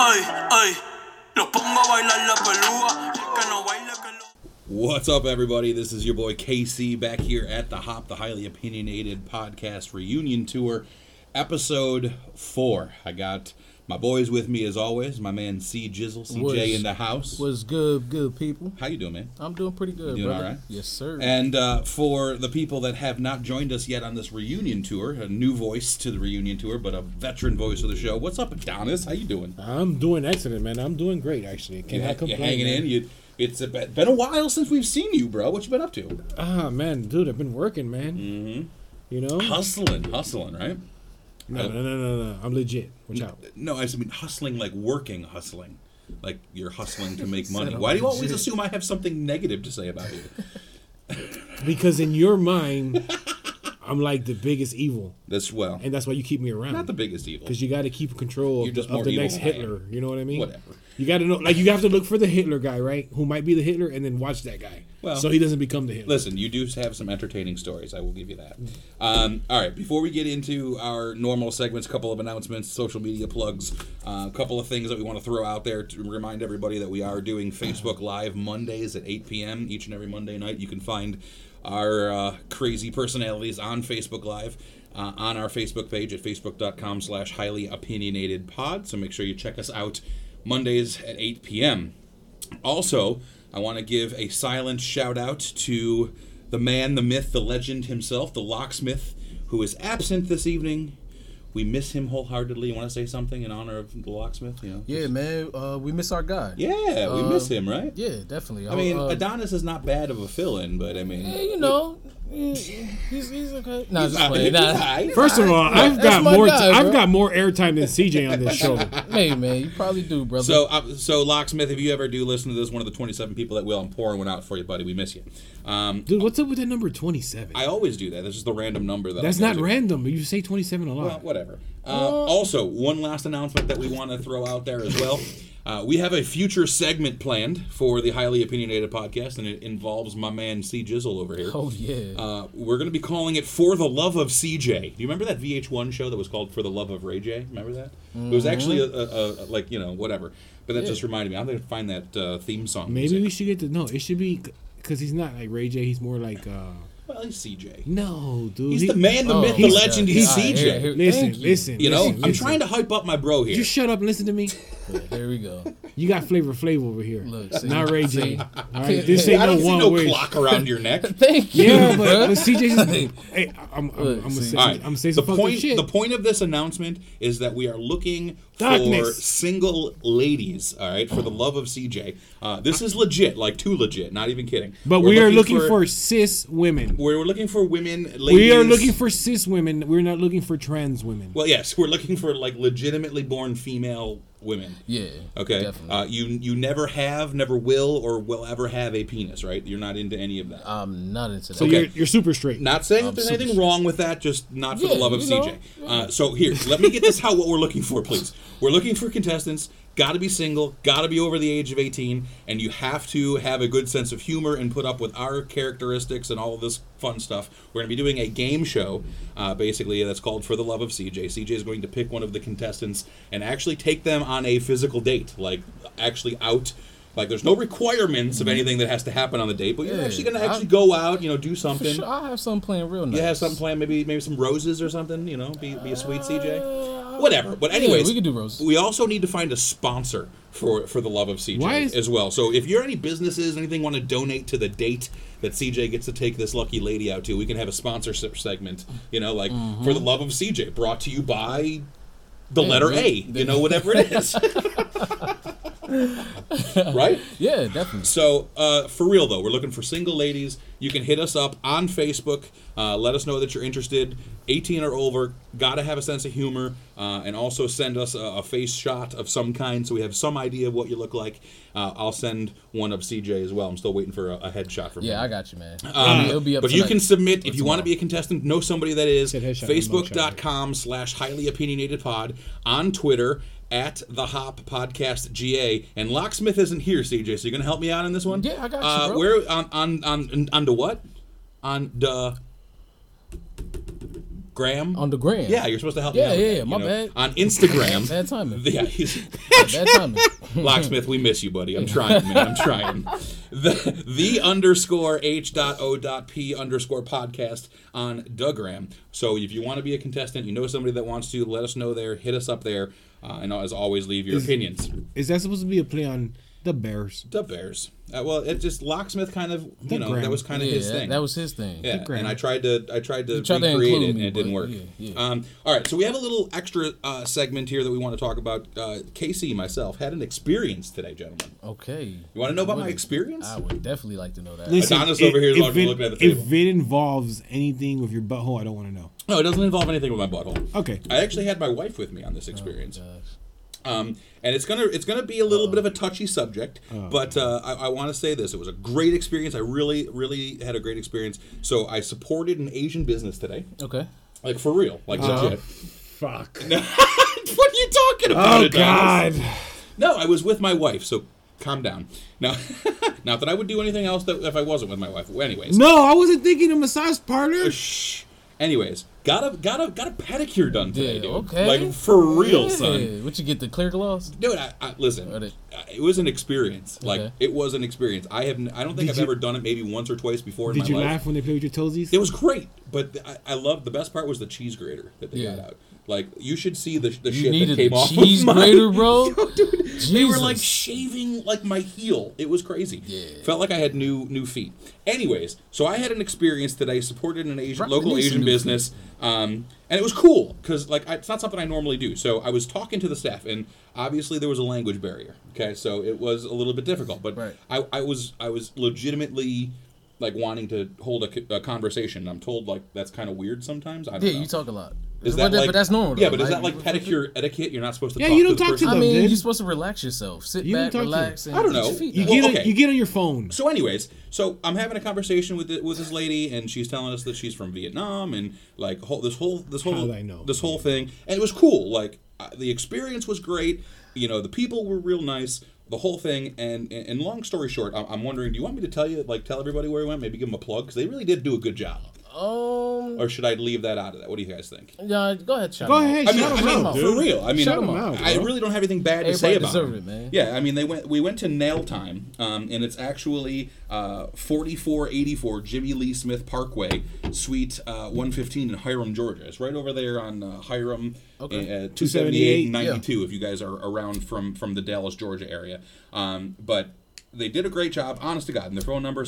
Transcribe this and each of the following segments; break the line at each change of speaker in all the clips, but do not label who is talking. Ay, ay, los pongo a bailar la pelúa. El que no baile, que lo.
What's up, everybody? This is your boy KC back here at the Hop, the highly opinionated podcast reunion tour, episode four. I got my boys with me as always. My man C Jizzle, CJ
Was-
in the house.
Was good, good people.
How you doing, man?
I'm doing pretty good,
You doing
brother.
alright?
Yes, sir.
And uh, for the people that have not joined us yet on this reunion tour, a new voice to the reunion tour, but a veteran voice of the show. What's up, Adonis? How you doing?
I'm doing excellent, man. I'm doing great, actually. Can I
you,
complain?
you hanging
man?
in? You, it's a, bit- been a while since we've seen you, bro. What you been up to?
Ah, man, dude, I've been working, man. Mm-hmm. You know?
Hustling, hustling, right? Uh,
No, no, no, no, no. I'm legit. Watch out.
No, I just mean hustling, like working hustling, like you're hustling to make money. Why do you always assume I have something negative to say about you?
Because in your mind, I'm like the biggest evil,
That's well,
and that's why you keep me around.
not the biggest evil.
Because you got to keep control
You're
of, the-
just
of
more
the
evil
next
than I am.
Hitler. You know what I mean?
Whatever.
You got to know, like, you have to look for the Hitler guy, right? Who might be the Hitler, and then watch that guy.
Well-
so he doesn't become the Hitler.
Listen, you do have some entertaining stories. I will give you that. Um, all right, before we get into our normal segments, a couple of announcements, social media plugs, uh, a couple of things that we want to throw out there to remind everybody that we are doing Facebook Live Mondays at 8 p.m. each and every Monday night. You can find our uh, crazy personalities on Facebook Live. Uh, on our Facebook page at facebook.com slash highly opinionated pod. So make sure you check us out Mondays at 8 p.m. Also, I want to give a silent shout out to the man, the myth, the legend himself, the locksmith, who is absent this evening. We miss him wholeheartedly. You want to say something in honor of the locksmith? You know?
yeah, man, uh, we miss our guy.
Yeah, we
Uh,
miss him, right?
yeah, definitely.
I mean,
uh,
Adonis is not bad of a fill in, but I
yeah,
mean.
you know, yeah, he's, he's okay. Nah, just
I-
playing. Nah,
I-
First of all, I've
that's
got
my
more.
guy,
i I've
bro.
got more airtime than CJ on this show.
hey, man, you probably do, brother.
So, uh, so locksmith, if you ever do listen to this, one of the twenty-seven people that will, I'm pouring one out for you, buddy. We miss you. Um,
Dude, what's up with that number twenty-seven?
I always do that. That's just the random number that.
That's
I go
not
to.
random. You say 27 a lot.
Well, whatever. Uh, also, one last announcement that we want to throw out there as well. Uh, we have a future segment planned for the highly opinionated podcast, and it involves my man C Jizzle over here.
oh yeah,
Uh, we're going to be calling it For the Love of CJ. Do you remember that VH1 show that was called For the Love of Ray J? Remember that? It was actually a, a, a, like, you know, whatever. But that just reminded me. I'm going to find that uh, theme song.
Maybe
music.
we should get the no. It should be because he's not like Ray J. He's more like uh
Well, he's CJ.
no, dude.
He's
he-
the man, the
Oh,
myth, the
he's-
legend.
yeah.
He's
All right,
CJ.
here- here-
Listen,
Thank you.
listen,
you know,
listen,
I'm
listen.
trying to hype up my bro here.
Just shut up. and Listen to me.
there we go.
You got flavor Flav over here.
Look, see,
not Ray J.
see?
All right, this ain't
I
no
don't see
one
no
way.
clock around your neck.
Thank you.
Yeah, but,
bruh.
but CJ. 's- hey, I'm, I'm, I'm gonna say,
All
I'm
right.
gonna say
the
some fucking
point
shit.
the point of this announcement is that we are looking for
Darkness.
single ladies. All right, for the love of CJ, uh, this is legit, like too legit. Not even kidding.
but
We're
we are looking for, cis women.
we're looking for women. Ladies.
We are looking for cis women. We're not looking for trans women.
Well, yes, we're looking for like legitimately born female women.
Yeah.
Okay.
Definitely.
Uh, you you never have, never will, or will ever have a penis. Right? You're not into any of that.
I'm not into that.
so you're you're super straight.
Not saying that there's
super
anything wrong with that, just not for the
Yeah,
love of
you know,
CJ. Uh, so here, let me get this how what we're looking for, please. We're looking for contestants. Got to be single. Got to be over the age of 18, and you have to have a good sense of humor and put up with our characteristics and all of this fun stuff. We're going to be doing a game show, uh, basically that's called "For the Love of CJ." CJ is going to pick one of the contestants and actually take them on a physical date, like actually out. Like there's no requirements of anything that has to happen on the date, but you're
Yeah,
actually going to
I-
actually go out, you know, do
For
something.
sure, I'll have some playing real nice.
You have something planned, maybe maybe some roses or something. You know, be, be a sweet CJ.
Uh,
Whatever. But anyways,
we could do roses.
We also need to find a sponsor for for the love of CJ
Why is-
as well. So if you're any businesses, anything want to donate to the date that CJ gets to take this lucky lady out to, we can have a sponsorship segment. You know, like
Mm-hmm.
for the love of CJ, brought to you by. The
Yeah,
letter
we-
A, you know, whatever it is. right?
Yeah, definitely.
So, uh, for real though, we're looking for single ladies. You can hit us up on Facebook. Uh, let us know that you're interested. 18 or over, gotta have a sense of humor, uh, and also send us a, a face shot of some kind so we have some idea of what you look like. Uh, I'll send one of CJ as well. I'm still waiting for a, a headshot from
Yeah, I
him.
got you, man.
Um,
it'll be up.
but you
tonight.
can submit
Or
if you want to
tomorrow.
be a contestant. Know somebody that is.
Said headshot,
Facebook.com slash highly opinionated pod on Twitter at the Hop Podcast GA. And Locksmith isn't here, CJ. So you're gonna help me out on this one.
Yeah, I got you,
Uh,
bro.
Where on on on on the what? On the Graham.
on the gram.
yeah, you're supposed to help. me
Yeah,
out with
yeah,
that,
yeah, my
you know?
bad.
On Instagram.
Bad timing.
Yeah, he's-
Bad timing.
Locksmith, we miss you, buddy. I'm trying, man. I'm trying. The, the underscore h dot o dot p underscore podcast on Dugram. So if you want to be a contestant, you know somebody that wants to, let us know there. Hit us up there. Uh, and as always, leave your opinions.
Is that supposed to be a play on the Bears?
The Bears. Uh, well, it just Locksmith kind of, you
The
know,
Gram.
that was kind of
Yeah,
his thing.
that, that was his thing.
Yeah,
Gram.
and I tried to I tried to
tried to
recreate it
include
and
me,
it didn't
but
work.
yeah, yeah.
Um, all right, so we have a little extra uh, segment here that we want to talk about. Uh, Casey myself had an experience today, gentlemen.
Okay.
You want to know about
What
my
is-
experience?
I would definitely like to know that.
Adonis over here is
if,
already
it,
looking at the
if
table.
it involves anything with your butthole, I don't want to know.
No, it doesn't involve anything with my butthole.
Okay.
I actually had my wife with me on this experience.
Gosh.
Um, and it's gonna it's gonna be a little bit of a touchy subject,
Oh,
but uh, I, I want to say this: it was a great experience. I really, really had a great experience. So I supported an Asian business today,
Okay.
like for real, like legit.
Oh, Fuck.
what are you talking about?
Oh
Adonis?
God.
No, I was with my wife, so calm down. Now, not that I would do anything else that if I wasn't with my wife. Anyways,
No, I wasn't thinking of massage parlor.
Shh. Anyways, got a got a got a pedicure done today,
Yeah,
dude.
okay.
Like for real, son.
Yeah, What you get the clear gloss?
Dude, I, I, listen.
Got it.
uh, It was an experience. Like
Okay.
it was an experience. I have. n- I don't think
Did
I've
you-
ever done it. Maybe once or twice before in
Did
my
you
life.
laugh when they play with your toesies?
It was great, but th- I, I loved the best part was the cheese grater that they
Yeah.
got out. Like you should see the the
You
shit that
needed
came
a
off.
cheese
of my-
grater, bro. Jesus.
They were like shaving like my heel. It was crazy.
Yeah.
Felt like I had new new feet. Anyways, so I had an experience that I supported an Asian
Probably
local
need some
Asian
new
business, um, and it was cool because like I, it's not something I normally do. So I was talking to the staff, and obviously there was a language barrier. Okay, so it was a little bit difficult, but
Right.
I, I was I was legitimately like wanting to hold a, c- a conversation. and I'm told like that's kind of weird sometimes. I don't
yeah,
know.
you talk a lot.
Is
but,
that like,
but that's normal.
Yeah,
though,
but is that like pedicure etiquette? You're not supposed to.
Yeah,
talk
you
to
don't
the
talk to
person.
them.
I mean,
dude?
you're supposed to relax yourself. Sit
You don't
back,
talk to
relax,
them.
and
I don't
get
know.
your feet
You
up.
Well,
get
okay.
it, you get on your phone.
So, anyways, so I'm having a conversation with th- with this lady, and she's telling us that she's from Vietnam, and like whole, this whole this whole
How'd I know?
this whole thing, and it was cool. Like uh, the experience was great. You know, the people were real nice. The whole thing, and and, and long story short, I'm, I'm wondering, do you want me to tell you, like, tell everybody where we went? Maybe give them a plug because they really did do a good job.
Um,
Or should I leave that out of that? What do you guys think?
yeah, go ahead. shout
Go
them out.
ahead,
I mean,
shut
I
him
mean
out,
for
dude.
real. I mean,
Shut 'em out,
I
bro.
really don't have anything bad to
Everybody
say about
deserve
it.
it, man.
Yeah, I mean, they went. We went to Nail Time, um, and it's actually uh, 4484 Jimmy Lee Smith Parkway, Suite uh, 115 in Hiram, Georgia. It's right over there on uh, Hiram,
Okay.
uh, 278 and
278,
yeah.
92. If you guys are around from from the Dallas, Georgia area, um, but. They did a great job, honest to God. And their phone number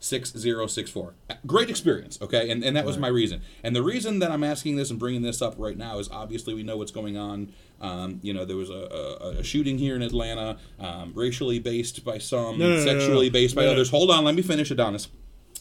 770-222-6064. Great experience, okay? And and that was my reason. And the reason that I'm asking this and bringing this up right now is obviously we know what's going on. Um, you know, there was a, a, a shooting here in Atlanta, um, racially based by some,
No, no, no, no,
sexually
no.
based by
No, no.
others. Hold on, let me finish, Adonis.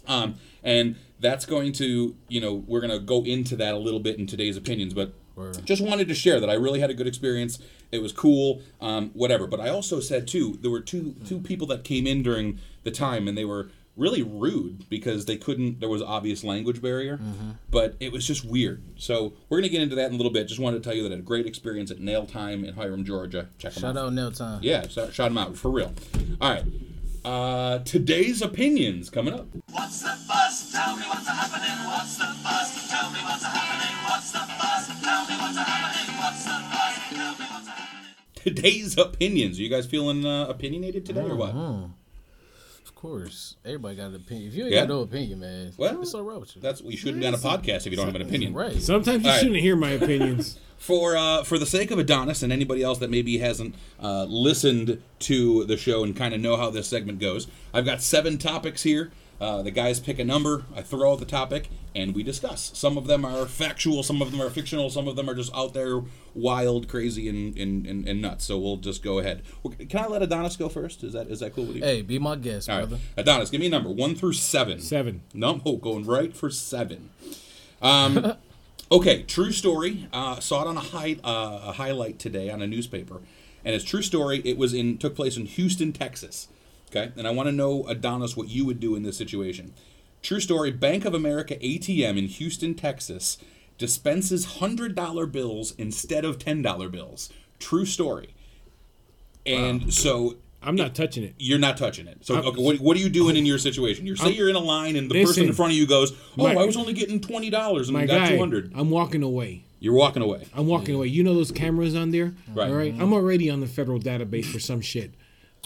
Um, and that's going to, you know, we're going to go into that a little bit in today's opinions, but
Word.
just wanted to share that I really had a good experience. It was cool, um, whatever. But I also said too, there were two two people that came in during the time, and they were really rude because they couldn't. There was obvious language barrier,
Mm-hmm.
but it was just weird. So we're gonna get into that in a little bit. Just wanted to tell you that I had a great experience at Nail Time in Hiram, Georgia. Check them out.
Shout out nail time.
Yeah, shout, shout them out for real. All right, uh, today's opinions coming up.
What's the fuss? Tell me what's happening. What's the fuss? Tell me what's happening. What's the fuss? Tell me what's happening. What's the fuss? Tell me what's happening.
Today's opinions. Are you guys feeling uh, opinionated today or what?
Of course, everybody got an opinion. If you ain't
Yeah.
got no opinion, man,
Well,
it's all right with you.
That's you shouldn't be on a podcast if you don't have an opinion.
right.
Sometimes you
All right.
shouldn't hear my opinions.
for uh, for the sake of Adonis and anybody else that maybe hasn't uh, listened to the show and kind of know how this segment goes, I've got seven topics here. Uh, the guys pick a number, I throw out the topic, and we discuss. Some of them are factual, some of them are fictional, some of them are just out there wild, crazy, and and, and, and nuts. So we'll just go ahead. Well, Can I let Adonis go first? Is that is that cool with you?
Hey, be my guest,
All
brother.
right, Adonis, give me a number one through seven.
Seven.
No, oh, going right for seven. Um, okay, true story. Uh, saw it on a, high, uh, a highlight today on a newspaper, and it's true story. It was in took place in Houston, Texas. Okay, and I want to know Adonis what you would do in this situation. True story. Bank of America ATM in Houston, Texas, dispenses hundred dollar bills instead of ten dollar bills. True story. And so
I'm not touching it.
You're not touching it. So okay, what, what are you doing in your situation? You are say
I'm-
you're in a line and the person
Listen.
in front of you goes, "Oh,
My-
I was only getting twenty dollars and
My
I got
guy,
two hundred.
I'm walking away.
You're walking away.
I'm walking away. You know those cameras on there,
Right. Mm-hmm.
All right, I'm already on the federal database for some shit.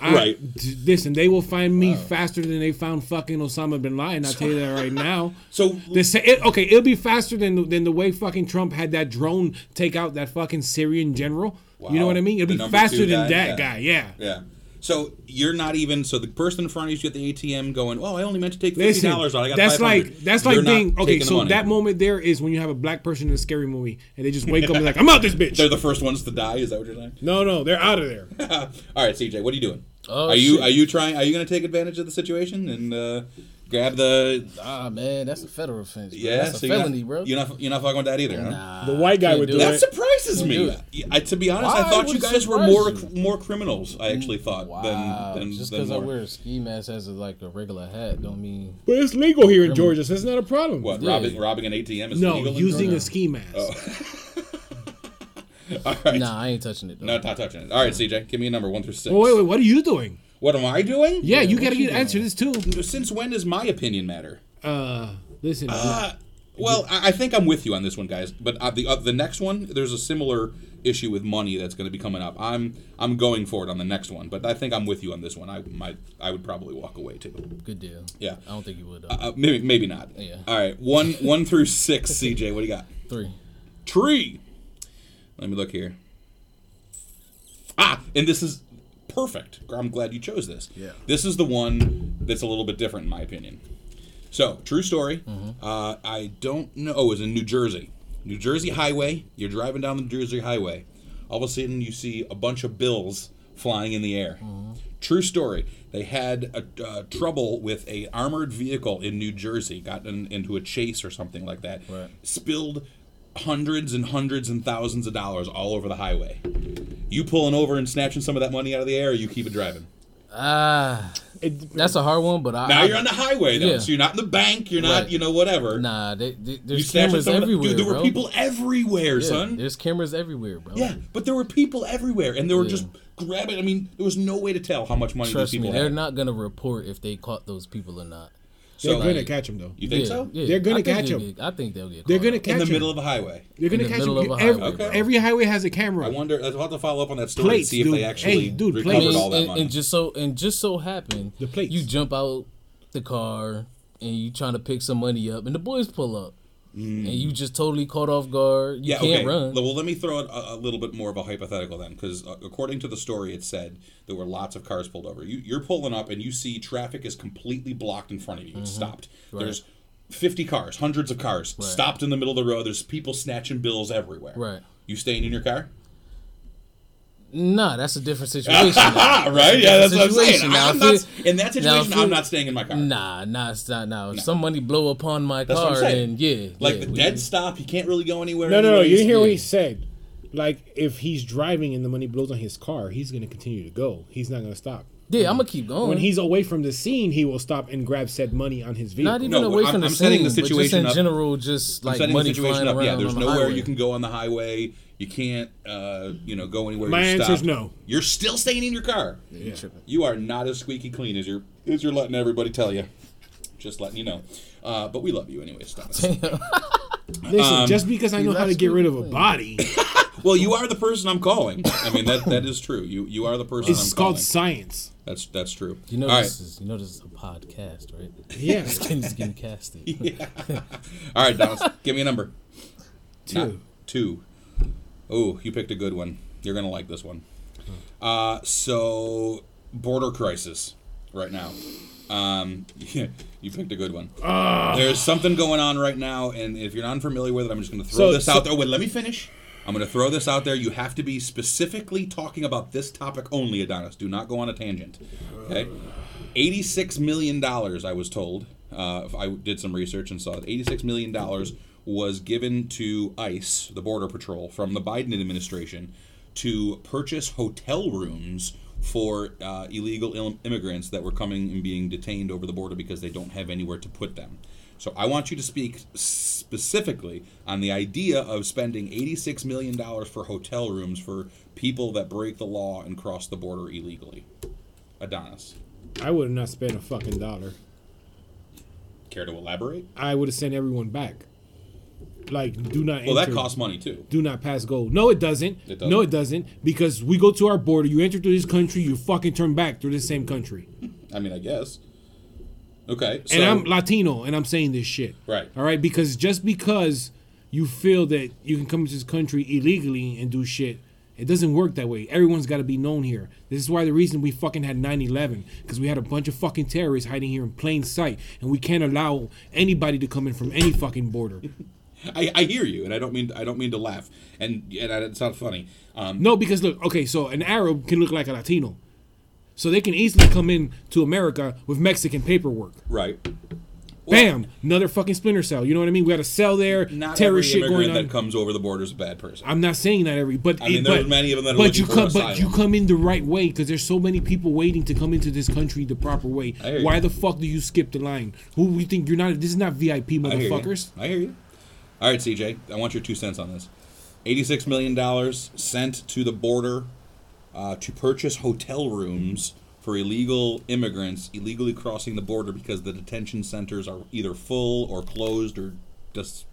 I,
Right.
d- listen, they will find me faster than they found fucking Osama bin Laden. I'll tell you that right now.
So
They say it, okay, it'll be faster than the- than the way fucking Trump had that drone take out that fucking Syrian general. You know
Wow.
what I mean?
The
It'll be
number
faster
two
than
guy,
that
yeah.
guy. Yeah.
yeah. So you're not even. So the person in front of you at the ATM going, "Oh, I only meant to take fifty
Listen,
dollars out. I got
that's
500.
like that's
You're
like
not
being okay.
taking the
So
money.
that moment there is when you have a black person in a scary movie and they just wake up and like, I'm out this bitch.
they're the first ones to die. Is that what you're saying?
no, no, they're out of there.
All right, CJ, what are you doing?
Oh,
are you
shit.
are you trying? Are you going to take advantage of the situation and uh, grab the?
Ah man, that's a federal offense. Bro.
Yeah,
that's a
so you're
felony,
not,
bro.
You're not you're not fucking with that either. huh?
Nah,
The white guy
can't
would
do
do
it.
That surprises me.
We'll
I, to be honest, I
Why
thought
would
you
it
guys were
surprise
more
you?
more criminals. I actually thought
Wow,
than than
just
than
because I
more.
wear a ski mask as a, like a regular hat, don't mean
But it's legal here in Georgia, so it's not a problem.
What
Yeah.
robbing robbing an ATM is
No,
illegal in
using
Georgia? Oh.
a ski mask.
All right.
nah. I ain't touching it. Though.
No, not touching it. All right, CJ, give me a number one through six.
Oh wait, wait, what are you doing?
What am I doing?
Yeah, you
what
gotta
you
get answer this too.
Since when does my opinion matter?
Uh, listen,
Ah. Well, I I think I'm with you on this one, guys. But uh, the uh, the next one, there's a similar issue with money that's going to be coming up. I'm I'm going for it on the next one, but I think I'm with you on this one. I might I would probably walk away too.
Good deal.
Yeah.
I don't think you would. Though.
Uh, maybe maybe not.
Yeah.
All right, one one through six. CJ, what do you got?
Three.
Tree. Let me look here. Ah, and this is perfect. I'm glad you chose this.
Yeah.
This is the one that's a little bit different, in my opinion. So, true story. Uh, I don't know. Oh, it was in New Jersey. New Jersey Highway. You're driving down the New Jersey Highway. All of a sudden, you see a bunch of bills flying in the air. True story. They had a, uh, trouble with a armored vehicle in New Jersey. Got in, into a chase or something like that.
Right.
Spilled hundreds and hundreds and thousands of dollars all over the highway. You pulling over and snatching some of that money out of the air, or you keep it driving.
Ah,
it-
that's a hard one, but I.
Now
I-
you're on the highway, though,
Yeah.
so you're not in the bank. You're not,
Right.
you know, whatever.
Nah, they, they,
You
there's
snatching
cameras
some of the-
everywhere,
Dude, there were
bro.
people everywhere,
Yeah,
son.
There's cameras everywhere, bro.
Yeah, but there were people everywhere, and they were
Yeah.
just grabbing. I mean, there was no way to tell how much money
Trust
these
me,
people
they're
had.
not gonna report if they caught those people or not.
they're
so,
gonna catch him though.
you think
yeah,
so?
Yeah.
They're gonna
I think
catch
they'll
'em.
get- I think they'll get.
They're
caught
gonna
up.
catch
In the
him.
middle of a highway.
They're gonna
in the
catch
middle
him.
of a
every,
highway, bro.
every highway has a camera.
I wonder. I'll have to follow up on that story and
Plates,
see if
dude.
they actually
Hey, dude,
recovered
I
plates.
mean,
all that
and,
money.
and just so and just so happened,
The plates.
You jump out the car and you trying to pick some money up, and the boys pull up, and you just totally caught off guard. You
Mm. yeah,
can't
okay.
run.
Well, let me throw out a, a little bit more of a hypothetical then, because uh, according to the story, it said there were lots of cars pulled over. You, you're pulling up and you see traffic is completely blocked in front of you. It's
Mm-hmm.
stopped. There's 50 cars, hundreds of cars stopped in the middle of the road. There's people snatching bills everywhere.
Right.
You staying in your car?
Nah, that's a different situation.
Ah, right? Yeah, that's what I'm saying.
situation. Now,
I'm
if
not,
you-
in that
now, if
situation,
you-
I'm not staying in my car.
nah, nah, it's not. Nah, if some money blow upon my
That's
car,
what I'm saying.
then yeah,
like
yeah,
the
we-
dead stop, he can't really go anywhere.
no, no, no. You
anyways.
didn't hear what he
yeah.
said. Like if he's driving and the money blows on his car, he's gonna continue to go. He's not gonna stop.
Yeah, I'm gonna keep going.
When he's away from the scene, he will stop and grab said money on his vehicle.
not even
No,
away
I'm-
from the
I'm
scene,
setting the
but just in
situation up.
general, just like
setting
money
the situation
flying
up.
around.
Yeah, there's
on the
nowhere
highway.
you can go on the highway. You can't, uh, you know, go anywhere.
My
you're
answer's
stopped.
no.
You're still staying in your car.
You tripping.
You are not as squeaky clean as you're as you're letting everybody tell you. Just letting you know. Uh, but we love you anyway, Thomas.
Listen,
Um,
just because I know how to
that's
get rid of a
really
body,
well, you are the person I'm calling. I mean, that that is true. You you are the person
it's
I'm
called
calling.
science.
That's that's true.
You know
All right.
this is you know this is a podcast, right?
Yeah,
Skin's getting casted.
All right, Dallas, give me a number. Not
too.
two. Oh, you picked a good one. You're gonna like this one. Uh, so border crisis right now. Um, yeah, you picked a good one.
Ah.
There's something going on right now, and if you're not familiar with it, I'm just gonna throw
So-
this
so-
out there. Wait, let me finish. I'm gonna throw this out there. You have to be specifically talking about this topic only, Adonis. Do not go on a tangent. Okay. $86 million, I was told. Uh, I did some research and saw that $86 million was given to ICE, the Border Patrol, from the Biden administration to purchase hotel rooms for uh, illegal Im- immigrants that were coming and being detained over the border because they don't have anywhere to put them. So I want you to speak specifically on the idea of spending $86 million for hotel rooms for people that break the law and cross the border illegally. Adonis.
I would have not spent a fucking dollar.
Care to elaborate?
I would have sent everyone back. Like, do not.
Well, that
enter.
costs money too.
do not pass go. No, it doesn't.
It doesn't.
No, it doesn't. Because we go to our border. You enter through this country. You fucking turn back through this same country.
I mean, I guess. Okay. So,
and I'm Latino, and I'm saying this shit.
Right.
All right. Because just because you feel that you can come into this country illegally and do shit, it doesn't work that way. Everyone's got to be known here. This is why the reason we fucking had 9/11 because we had a bunch of fucking terrorists hiding here in plain sight, and we can't allow anybody to come in from any fucking border.
I, I hear you, and I don't mean I don't mean to laugh, and and I, it's not funny. Um,
No, because look, okay, so an Arab can look like a Latino. So they can easily come in to America with Mexican paperwork.
right.
Bam! Another fucking splinter cell. You know what I mean? We got a cell there,
Not
terrorist
every
shit
immigrant
going on.
that comes over the border is a bad person.
I'm not saying that every, but
I mean,
it-
there
but,
are many of them that are
but you
looking
come,
for
but you
asylum.
come in the right way because there's so many people waiting to come into this country the proper way.
I hear you.
Why the fuck do you skip the line? Who we think you're not? This is not VIP,
I hear you.
motherfuckers.
I hear you. All right, CJ, I want your two cents on this. Eighty-six million dollars sent to the border uh, to purchase hotel rooms for illegal immigrants illegally crossing the border because the detention centers are either full or closed or just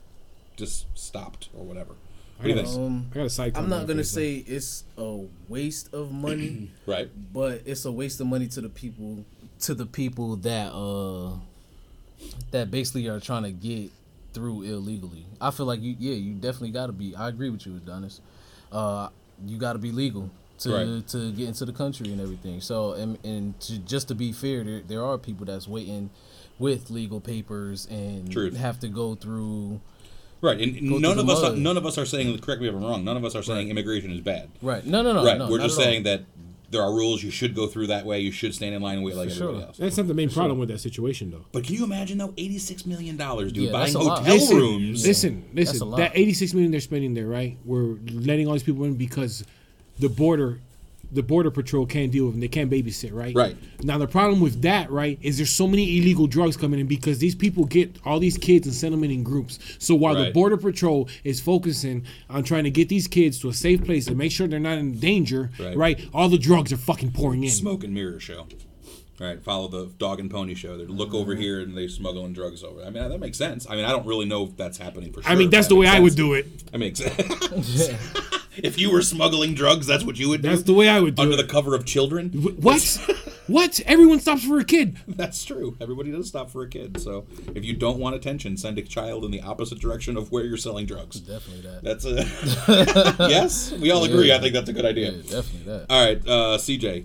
just stopped or whatever. What do you think?
Um,
I got a side.
I'm
comment
not
on
gonna
Facebook.
say it's a waste of money,
Right.
but it's a waste of money to the people to the people that uh that basically are trying to get through illegally. I feel like you, yeah, you definitely got to be. I agree with you, Adonis. Uh, you got to be legal to
Right.
to get into the country and everything. So and and to, just to be fair, there there are people that's waiting with legal papers and
Truth.
have to go through.
Right. And
Go
none
through
of
the
us
mud.
none of us are saying correct me if I'm wrong. None of us are saying immigration is bad.
Right. No. No. No.
Right.
no,
We're
not
just
at all.
saying that there are rules. You should go through that way. You should stand in line and wait like
For sure.
everybody else.
that's not the main problem with that situation though.
But can you imagine though, eighty-six million dollars, dude,
Yeah,
buying
that's a lot.
hotel
Listen,
rooms?
Listen,
a
listen.
lot.
That 86 million they're spending there, right? We're letting all these people in because the border, the border patrol can't deal with them. They can't babysit, right?
Right.
Now the problem with that, right, is there's so many illegal drugs coming in because these people get all these kids and send them in in groups. So while the
Right.
border patrol is focusing on trying to get these kids to a safe place and make sure they're not in danger,
Right.
right? all the drugs are fucking pouring in.
Smoke and mirror show. All right, follow the dog and pony show. They look over here and they smuggling drugs over. I mean, that makes sense. I mean, I don't really know if that's happening for sure.
I mean,
but
that's
that
the way
makes
I would
sense.
do it.
That makes sense. if you were smuggling drugs, that's what you would do.
That's the way I would do
under
it.
the cover of children.
Wh- What? what? Everyone stops for a kid.
That's true. Everybody does stop for a kid. So if you don't want attention, send a child in the opposite direction of where you're selling drugs.
Definitely that.
That's a yes. We all agree. I think that's a good idea.
Yeah, definitely that.
All right, uh, CJ.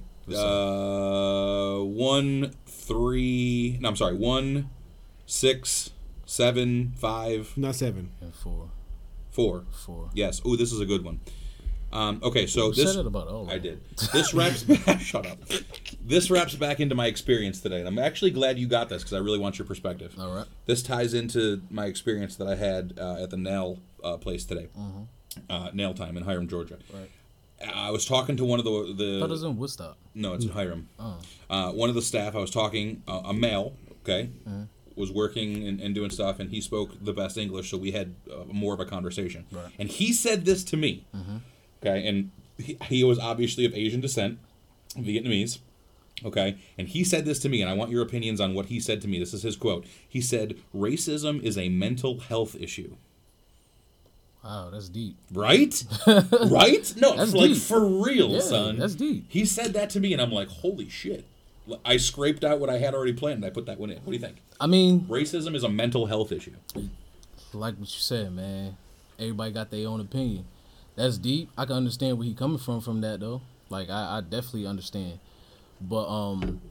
Uh, one, three. No, I'm sorry. One, six, seven, five,
Not seven.
And four,
four.
four.
Yes. Oh, this is a good one. Um, okay, so
You
this
said it about all. of
I
them.
did. This wraps. shut up. This wraps back into my experience today, and I'm actually glad you got this because I really want your perspective.
All right.
This ties into my experience that I had uh, at the nail uh, place today,
Mm-hmm.
uh, nail time in Hiram, Georgia. Right. I was talking to one of the the.
That was in Woodstock.
No, it's in Hiram. Uh, one of the staff I was talking, uh, a male, okay, was working and, and doing stuff, and he spoke the best English, so we had uh, more of a conversation.
Right.
And he said this to me, okay, and he, he was obviously of Asian descent, Vietnamese, okay, and he said this to me, and I want your opinions on what he said to me. This is his quote. He said, "Racism is a mental health issue."
Wow, that's deep.
Right? right? No,
That's
like
deep.
for real,
Yeah,
son.
that's deep.
He said that to me, and I'm like, holy shit. L- I scraped out what I had already planned, and I put that one in. What do you think?
I mean,
Racism is a mental health issue.
like what you said, man. Everybody got their own opinion. That's deep. I can understand where he coming from from that though. Like I, I definitely understand. But um,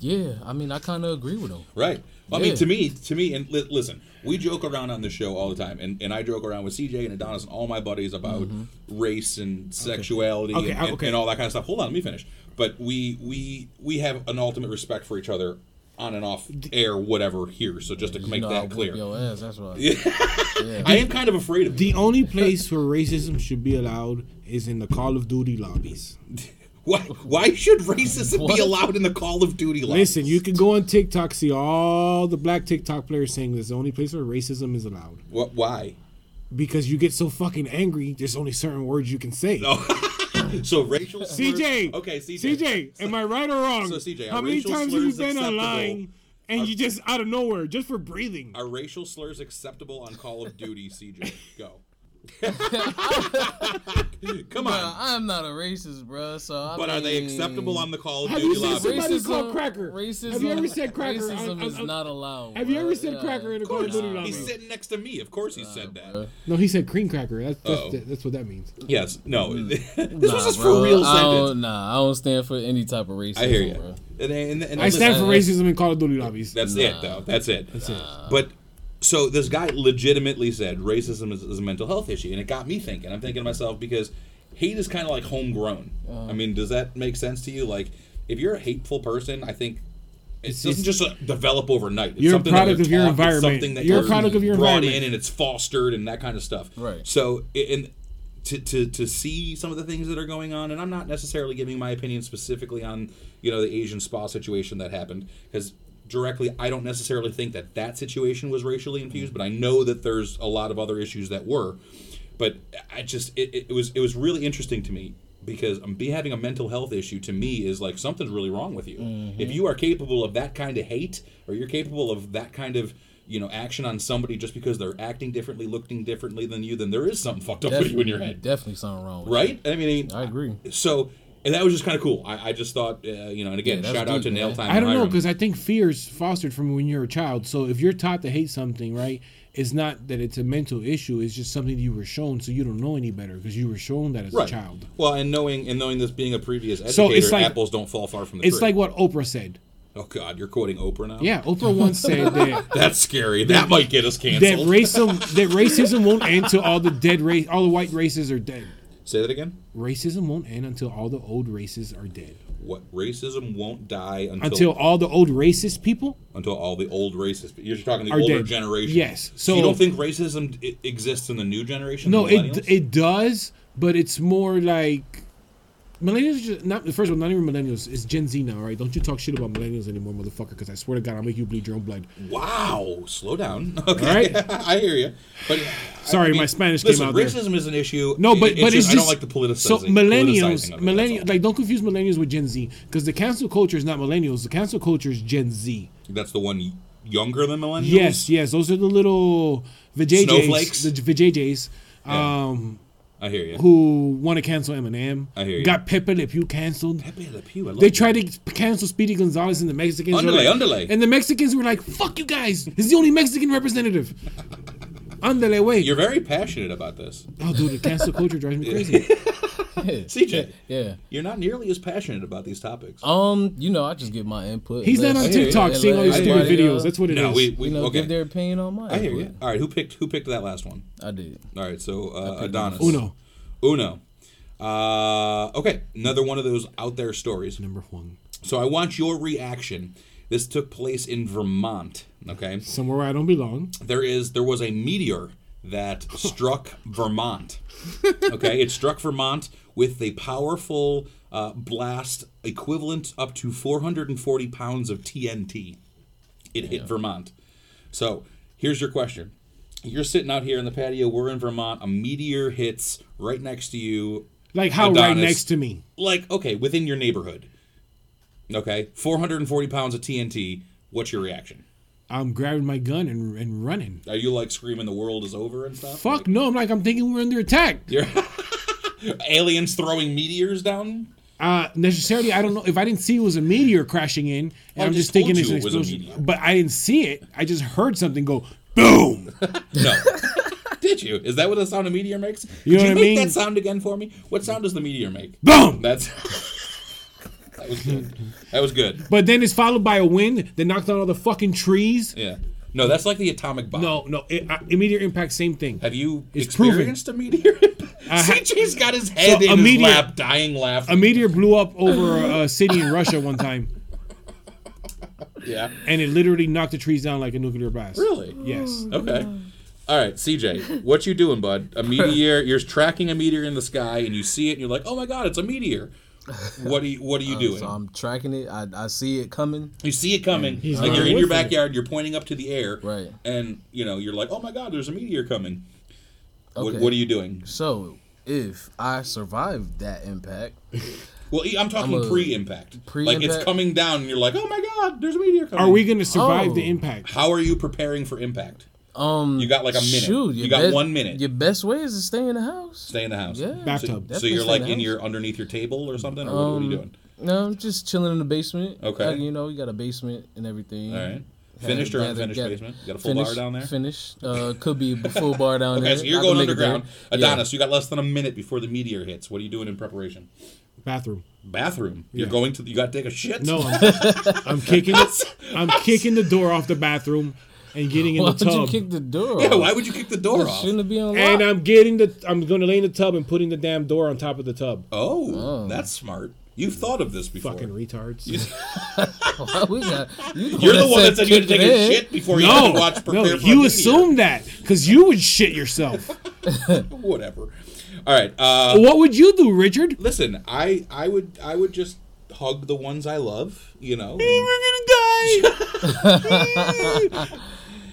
yeah. I mean, I kind of agree with him.
Right. Well, I mean,
Yeah.
to me, to me, and li- listen, we joke around on this show all the time, and, and I joke around with CJ and Adonis and all my buddies about
Mm-hmm.
race and sexuality
Okay,
and,
I-
and-
okay.
and all that kind of stuff. Hold on, let me finish. But we we we have an ultimate respect for each other on and off air, whatever here. So just to
You
make
know, I'll
that
whip
clear,
Your ass. That's right.
I am kind of afraid of it.
The only place where racism should be allowed is in the Call of Duty lobbies.
Why, why should racism
What?
be allowed in the Call of Duty lobby?
Listen, you can go on TikTok, see all the black TikTok players saying this is the only place where racism is allowed.
What, why?
Because you get so fucking angry, there's only certain words you can say.
so racial slurs-
CJ.
Okay, CJ.
CJ, am I right or wrong?
So, CJ, are
how many
racial
times have you
slurs
been online
acceptable?
and you just out of nowhere just for breathing?
Are racial slurs acceptable on Call of Duty, CJ? Go. Come on.
Bruh, I'm not a racist, bruh. So I
but are they
mean,
acceptable on the Call of
Have
Duty
you seen
lobby?
somebody- Somebody called
racism-
cracker.
Racism.
Have you ever said cracker?
Racism
I- I-
is
I-
not allowed.
have you
bruh.
ever said
Yeah.
cracker in a Call of Duty lobby?
He's sitting next to me. Of course he said that.
No, he said cream cracker. That's
Oh.
that's, that- that's what that means.
Yes. No. this
Hmm. Nah,
was his for
bruh.
real
I don't-
sentence.
Nah, I don't stand for any type of racism.
I hear you.
bruh.
And, and, and
I stand
listen,
for racism in Call of Duty lobbies.
That's it, though. That's it. That's it. But so this guy legitimately said racism is, is a mental health issue, and it got me thinking. I'm thinking to myself because hate is kind of like homegrown.
Uh-huh.
I mean, does that make sense to you? Like, if you're a hateful person, I think. It doesn't just uh, develop overnight. It's
You're a
something that
product of your
taught, it's
environment.
Something that
You're a
you're
product of your
brought
environment.
in and it's fostered and that kind of stuff.
Right.
So i- and to, to to see some of the things that are going on, and I'm not necessarily giving my opinion specifically on you know the Asian spa situation that happened because directly I don't necessarily think that that situation was racially infused, but I know that there's a lot of other issues that were. But I just it, it it was it was really interesting to me because um, be having a mental health issue to me is like something's really wrong with you.
Mm-hmm.
If you are capable of that kind of hate or you're capable of that kind of you know action on somebody just because they're acting differently, looking differently than you, then there is something fucked up with you in your head,
Definitely something wrong. With
right? I mean,
you. I agree.
so and that was just kind of cool. I, I just thought uh, you know, and again,
Yeah, that's
shout out
deep,
to Nail
man.
Time.
I don't know
Hiram.
because I think fear is fostered from when you're a child. So if you're taught to hate something, right, it's not that it's a mental issue. It's just something you were shown, so you don't know any better because you were shown that as
right.
a child.
Well, and knowing and knowing this being a previous educator,
So it's like-
apples don't fall far from the
It's
tree.
like what Oprah said.
oh god, you're quoting Oprah now.
Yeah, Oprah once said that
that's scary. That might get us
that
canceled.
racism that racism won't end till all the dead race, all the white races are dead.
Say that again.
Racism won't end until all the old races are dead.
What racism won't die until
Until
until,
all the old racist people
all the old racists. You're talking the
Are
older
dead.
generation.
Yes.
So you
So-
don't think racism i- exists in the new generation?
No,
the
it
millennials?
it does, but it's more like millennials. are Just, not first of all, not even millennials. It's Gen Z now, right? Don't you talk shit about millennials anymore, motherfucker? Because I swear to God, I'll make you bleed your own blood.
Wow. Slow down. Okay.
right.
I hear you. But
Sorry,
I mean,
my Spanish
listen,
came out there.
Racism is an issue.
No, but but it's
just,
just
I don't like the politicizing.
So
politicizing
millennials,
of it,
millennials,
that's, all.
like don't confuse millennials with Gen Z, because the cancel culture is not millennials. The cancel culture is Gen Z.
That's the one younger than millennials.
Yes, yes, those are the little vajayjays,
Snowflakes?
the vajayjays,
Yeah.
um,
I hear you.
who want to cancel Eminem.
I hear you.
Got Pepe Le Pew canceled.
Pepe Le Pew, I love
They
that.
tried to cancel Speedy Gonzalez and the Mexicans. were
Underlay,
like-
underlay.
And the Mexicans were like, fuck you guys. He's the only Mexican representative. Underlay, wait.
You're very passionate about this,
oh, dude, the cancel culture drives me crazy.
CJ.
Yeah.
You're not nearly as passionate about these topics.
Um, you know, I just get my input.
He's not
Let-
on
hear you.
TikTok
let
seeing all these stupid
everybody, uh,
videos. That's what it is.
no, we, we
you know,
okay.
give their opinion on my
I hear
input.
you. All right, who picked who picked that last one?
I did.
All right, so uh, Adonis.
Uno.
Uno. Uh, okay, another one of those out there stories.
Number one.
So I want your reaction. This took place in Vermont. Okay,
Somewhere where I don't belong.
there is there was a meteor that struck Vermont. Okay, it struck Vermont with a powerful uh, blast equivalent up to 440 pounds of TNT. It hit Vermont. So here's your question. You're sitting out here in the patio. We're in Vermont. A meteor hits right next to you.
Like how right
Adonis.
next to me.
Like, okay, within your neighborhood. Okay, 440 pounds of TNT. What's your reaction?
I'm grabbing my gun and, and running.
Are you like screaming the world is over and stuff?
Fuck no, I'm like, I'm thinking we're under attack.
aliens throwing meteors down?
Uh, necessarily, I don't know if I didn't see it was a meteor crashing in, and
I
I'm
just
just thinking
told
it's
you
an
it was a
explosion.
meteor.
But I didn't see it. I just heard something go boom.
No. Did you? Is that what the sound of meteor makes? Could
You know
you
what I
make
mean?
that sound again for me? What sound does the meteor make?
Boom!
That's That was good. That was good.
But then it's followed by a wind that knocked down all the fucking trees.
Yeah. No, that's like the atomic bomb.
No, no, it, uh, immediate impact, same thing.
Have you
It's
experienced a meteor?
ha-
CJ's got his head
So
in
a
his
meteor-
lap, dying laugh.
A meteor blew up over a city in Russia one time,
yeah.
and it literally knocked the trees down like a nuclear blast.
Really?
Yes.
Okay. All right, CJ, what you doing, bud? A meteor. You're tracking a meteor in the sky, and you see it, and you're like, "Oh my god, it's a meteor." What do you What are you doing?
So I'm tracking it. I, I see it coming.
You see it coming. Like
not
you're in your
with it.
backyard, you're pointing up to the air.
Right.
And you know, you're like, Oh my god, there's a meteor coming. What,
Okay.
what are you doing?
So if I survive that impact.
Well, I'm talking
I'm a-
pre-impact. Like it's
pre-impact?
coming down, and you're like, "Oh my God, there's a meteor coming."
Are we going to survive the
Oh.
impact?
How are you preparing for impact?
Um,
You got like a minute.
Shoot,
you
your
got
best-
one minute.
Your best way is to stay in the house.
Stay in the house.
Yeah,
Bathtub.
So
definitely
you're
stay
like
the
in
house.
your underneath your table or something. Or what, what are you
Um,
doing?
No, I'm just chilling in the basement.
Okay.
Like, you know, you got a basement and everything.
All right.
Had-
Finished or
gathered-
unfinished
gathered-
basement? You got a full bar
finished-
down there?
Finished. Uh, could be a full bar down there.
Okay, so you're
I can
going
make it there.
underground.
Yeah.
Adonis, you got less than a minute before the meteor hits. What are you doing in preparation?
Bathroom.
Bathroom. You're
Yeah.
going to. You got to take a shit.
No, I'm, I'm kicking it. I'm kicking the door off the bathroom and getting in
Why
the
would you
tub.
kick the door?
Yeah.
off?
Why would you kick the door
It
off?
Shouldn't it be on
And
lock?
I'm getting the. I'm going to lay in the tub and putting the damn door on top of the tub.
Oh, that's smart. You've thought of this before.
Fucking retards.
Why we got- you
You're the one that said you had to take
kick it
a
in.
shit before you had
No,
to watch prepare
no,
for a
you
meteor.
assumed that because you would shit yourself.
whatever. All right. Uh,
what would you do, Richard?
listen, I I would I would just hug the ones I love. You know.
We're gonna die.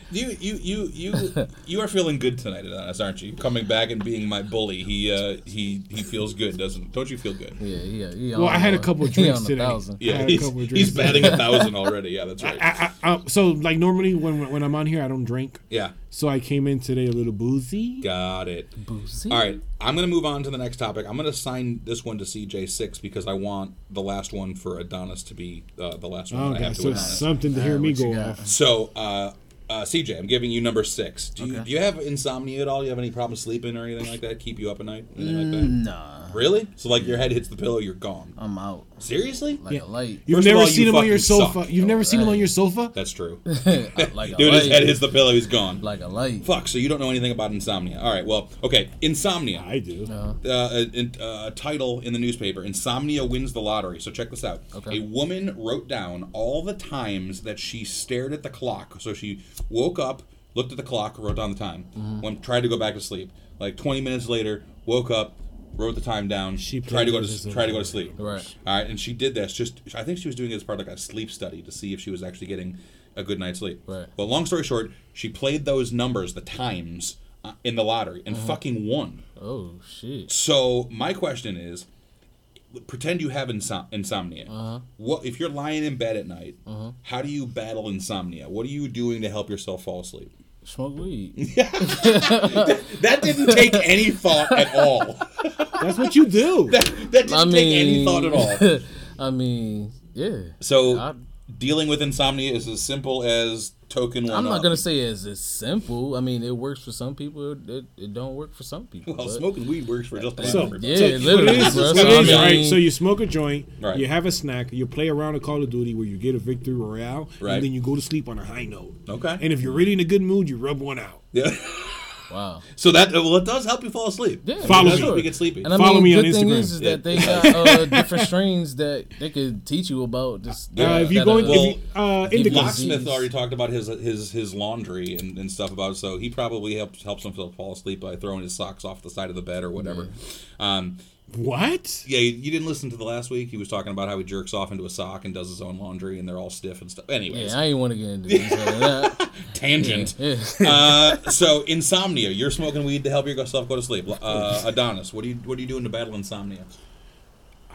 You you you you you are feeling good tonight, Adonis, aren't you? Coming back and being my bully, he uh, he he feels good, doesn't? Don't you feel good?
Yeah, yeah, yeah.
Well, I had a couple of drinks today.
Yeah,
I had a
he's,
couple of
he's
drinks.
batting a thousand already. Yeah, that's right.
I, I, I, so like normally when when I'm on here, I don't drink.
Yeah,
So I came in today a little boozy.
got it. All right, I'm gonna move on to the next topic. I'm gonna assign this one to CJ six because I want the last one for Adonis to be uh, the last one. that I
Okay,
have to
Oh, so
Adonis.
something to hear me
what you
go
got?
off.
So, uh, uh, CJ, I'm giving you number six. Do you do you have insomnia at all? You have any problem sleeping or anything like that? Keep you up at night? Anything like
Mm.
that?
Nah,
Really? So, like, your head hits the pillow, you're
Oh.
gone.
I'm out.
Seriously?
Like a light.
You've
First of
never
all, you
seen him on your
fucking suck.
sofa. You've never seen him on
Alright.
your sofa.
That's true.
like a
Dude, his
light.
head hits the pillow, he's gone.
like a light.
Fuck, so you don't know anything about insomnia. All right, well, okay, insomnia.
I do.
uh, a, a title in the newspaper insomnia wins the lottery so check this out
Okay.
a woman wrote down all the times that she stared at the clock so she woke up looked at the clock wrote down the time
Mm-hmm.
went tried to go back to sleep like 20 minutes later woke up wrote the time down
She
tried to go
plays
to
with
tried to
the-
go to sleep
Right.
all right and she did this just i think she was doing it as part of like a sleep study to see if she was actually getting a good night's sleep
Right.
but long story short she played those numbers the times uh, in the lottery and
Mm-hmm.
fucking won
Oh shit.
so my question is, pretend you have insom- insomnia.
Uh-huh.
What if you're lying in bed at night? How do you battle insomnia? What are you doing to help yourself fall asleep?
Smoke weed.
That didn't take any thought at all.
That's what you do.
That didn't
I mean,
take any thought at all.
I mean, yeah.
So
I-
dealing with insomnia is as simple as token one.
I'm not
up.
uh,
gonna say it's as simple. I mean, it works for some people. It, it, it don't work for some people.
Well,
but-
smoking weed works for just about
So-
everybody.
Yeah,
So
literally,
what it is,
bro.
is what
So,
I
it is,
mean-
right? So you smoke a joint,
Right.
you have a snack, you play around a Call of Duty where you get a victory royale,
Right.
and then you go to sleep on a high note.
Okay.
And if you're really in a good mood, you rub one out.
Yeah.
Wow.
So that well, it does help you fall asleep.
Yeah,
Follow
That's
me.
what we get sleepy.
And I
Follow me
mean, good
on
thing
Instagram.
is, is
Yeah.
that they got uh, different strains that they could teach you about. This,
Uh, if you
that,
go in,
uh,
Well,
if you, uh,
you
indica,
lock-
Locksmith
disease.
already talked about his his his laundry and, and stuff about it, so he probably helps helps himself fall asleep by throwing his socks off the side of the bed or whatever. Um,
what?
yeah, you, you didn't listen to the last week. He was talking about how he jerks off into a sock and does his own laundry, and they're all stiff and stuff. Anyways,
yeah, I ain't want to get into detail of that.
tangent.
Yeah.
Uh, so insomnia. You're smoking weed to help yourself go to sleep. Uh, Adonis, what do you what are you doing to battle insomnia?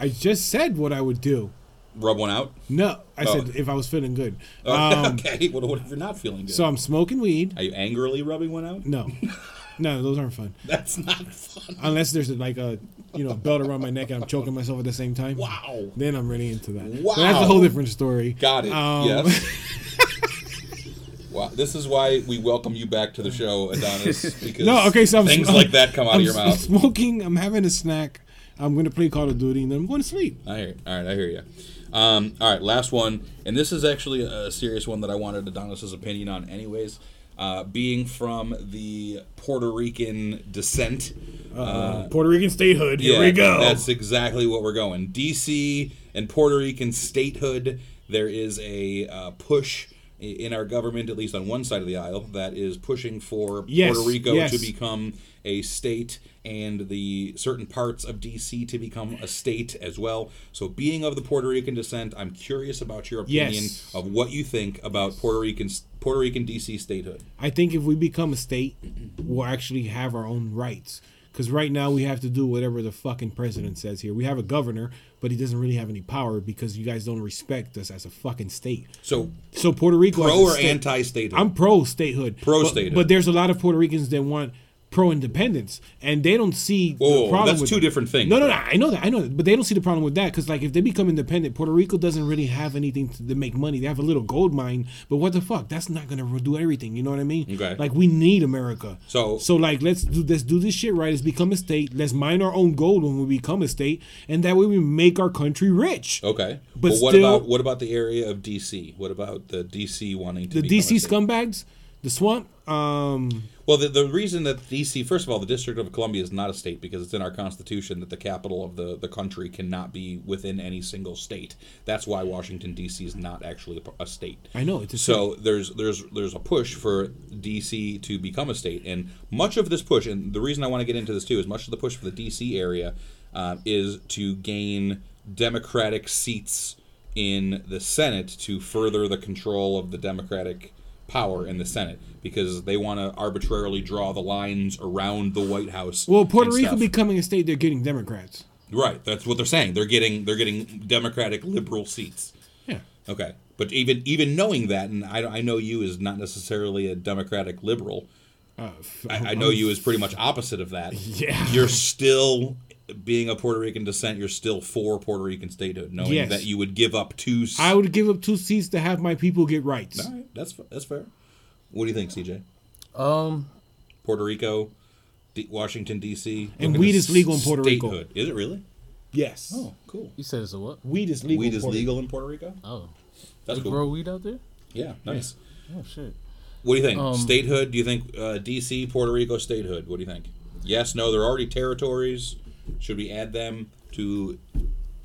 I just said what I would do.
Rub one out.
No, I
Oh.
said if I was feeling good.
Oh,
Um,
okay. What, what if you're not feeling good?
So I'm smoking weed.
are you angrily rubbing one out?
No, no, those aren't fun.
That's not fun.
Unless there's like a you know belt around my neck and I'm choking myself at the same time.
Wow.
Then I'm really into that.
Wow.
But that's a whole different story.
Got it.
Um,
yes. wow. This is why we welcome you back to the show, Adonis. Because
No, okay, so I'm
things
I'm-
like that come out
I'm
of your
s-
mouth.
Smoking, I'm having a snack. I'm going to play Call of Duty and then I'm going to sleep.
I hear. All right, I hear you. Um, all right, last one, and this is actually a serious one that I wanted Adonis's opinion on, anyways. Uh, being from the Puerto Rican descent,
Puerto Rican statehood. Here we go.
Uh. That's exactly what we're going. DC and Puerto Rican statehood. There is a uh, push i- in our government, at least on one side of the aisle, that is pushing for
Yes,
Puerto Rico
yes.
to become a state and the certain parts of DC to become a state as well. So, being of the Puerto Rican descent, I'm curious about your opinion
Yes.
of what you think about Puerto Rican Puerto Rican DC statehood.
I think if we become a state, we'll actually have our own rights. Because right now we have to do whatever the fucking president says here. We have a governor, but he doesn't really have any power because you guys don't respect us as a fucking state.
So
So Puerto Rico, as
pro
a
or
state-
anti statehood?
I'm pro statehood.
Pro
But-
statehood.
But there's a lot of Puerto Ricans that want pro independence, and they don't see
Whoa,
the problem.
that's
with
two different things,
No, no, no.
though.
I know that. I know that. But they don't see the problem with that because, like, if they become independent, Puerto Rico doesn't really have anything to, to make money. They have a little gold mine, but what the fuck? That's not gonna re- do everything. You know what I mean?
Okay.
Like, we need America.
So-
so like, let's do let's do this shit right. Let's become a state. Let's mine our own gold when we become a state, and that way we make our country rich.
Okay. But,
But
what
still-
about what about the area of DC? What about the DC wanting to
The
become a
DC
state?
scumbags, the swamp. Um,
Well, the, the reason that DC, first of all, the District of Columbia is not a state because it's in our Constitution that the capital of the, the country cannot be within any single state. That's why Washington D.C. is not actually a p- a, state.
I know, it's a
so there's there's there's a push for D.C. to become a state, and much of this push, and the reason I want to get into this too, is much of the push for the D.C. area uh, is to gain Democratic seats in the Senate to further the control of the Democratic power in the Senate because they want to arbitrarily draw the lines around the White House.
Well, Puerto
and
Rico
stuff.
becoming a state, they're getting Democrats.
right. That's what they're saying. They're getting they're getting Democratic liberal seats.
Yeah.
Okay, but even even knowing that, and I, I know you is not necessarily a Democratic liberal. I, I know you is pretty much opposite of that.
Yeah.
You're still being of Puerto Rican descent. You're still for Puerto Rican statehood, knowing
Yes.
that you would give up two. s-
I would give up two seats to have my people get rights.
All right, that's fa- that's fair. What do you think, CJ?
Um,
Puerto Rico, D- Washington D.C.
And
Look at
weed
the
is legal in Puerto Rico.
statehood. Is it really?
Yes.
Oh, cool.
you said it's a what?
Weed is legal.
weed
in
is
Puerto
legal in Puerto Rico.
Oh,
That's
they
cool.
grow weed out there?
Yeah, nice.
Oh shit.
What do you think?
Um,
statehood? Do you think uh, D.C. Puerto Rico statehood? What do you think? Yes, no. They're already territories. Should we add them to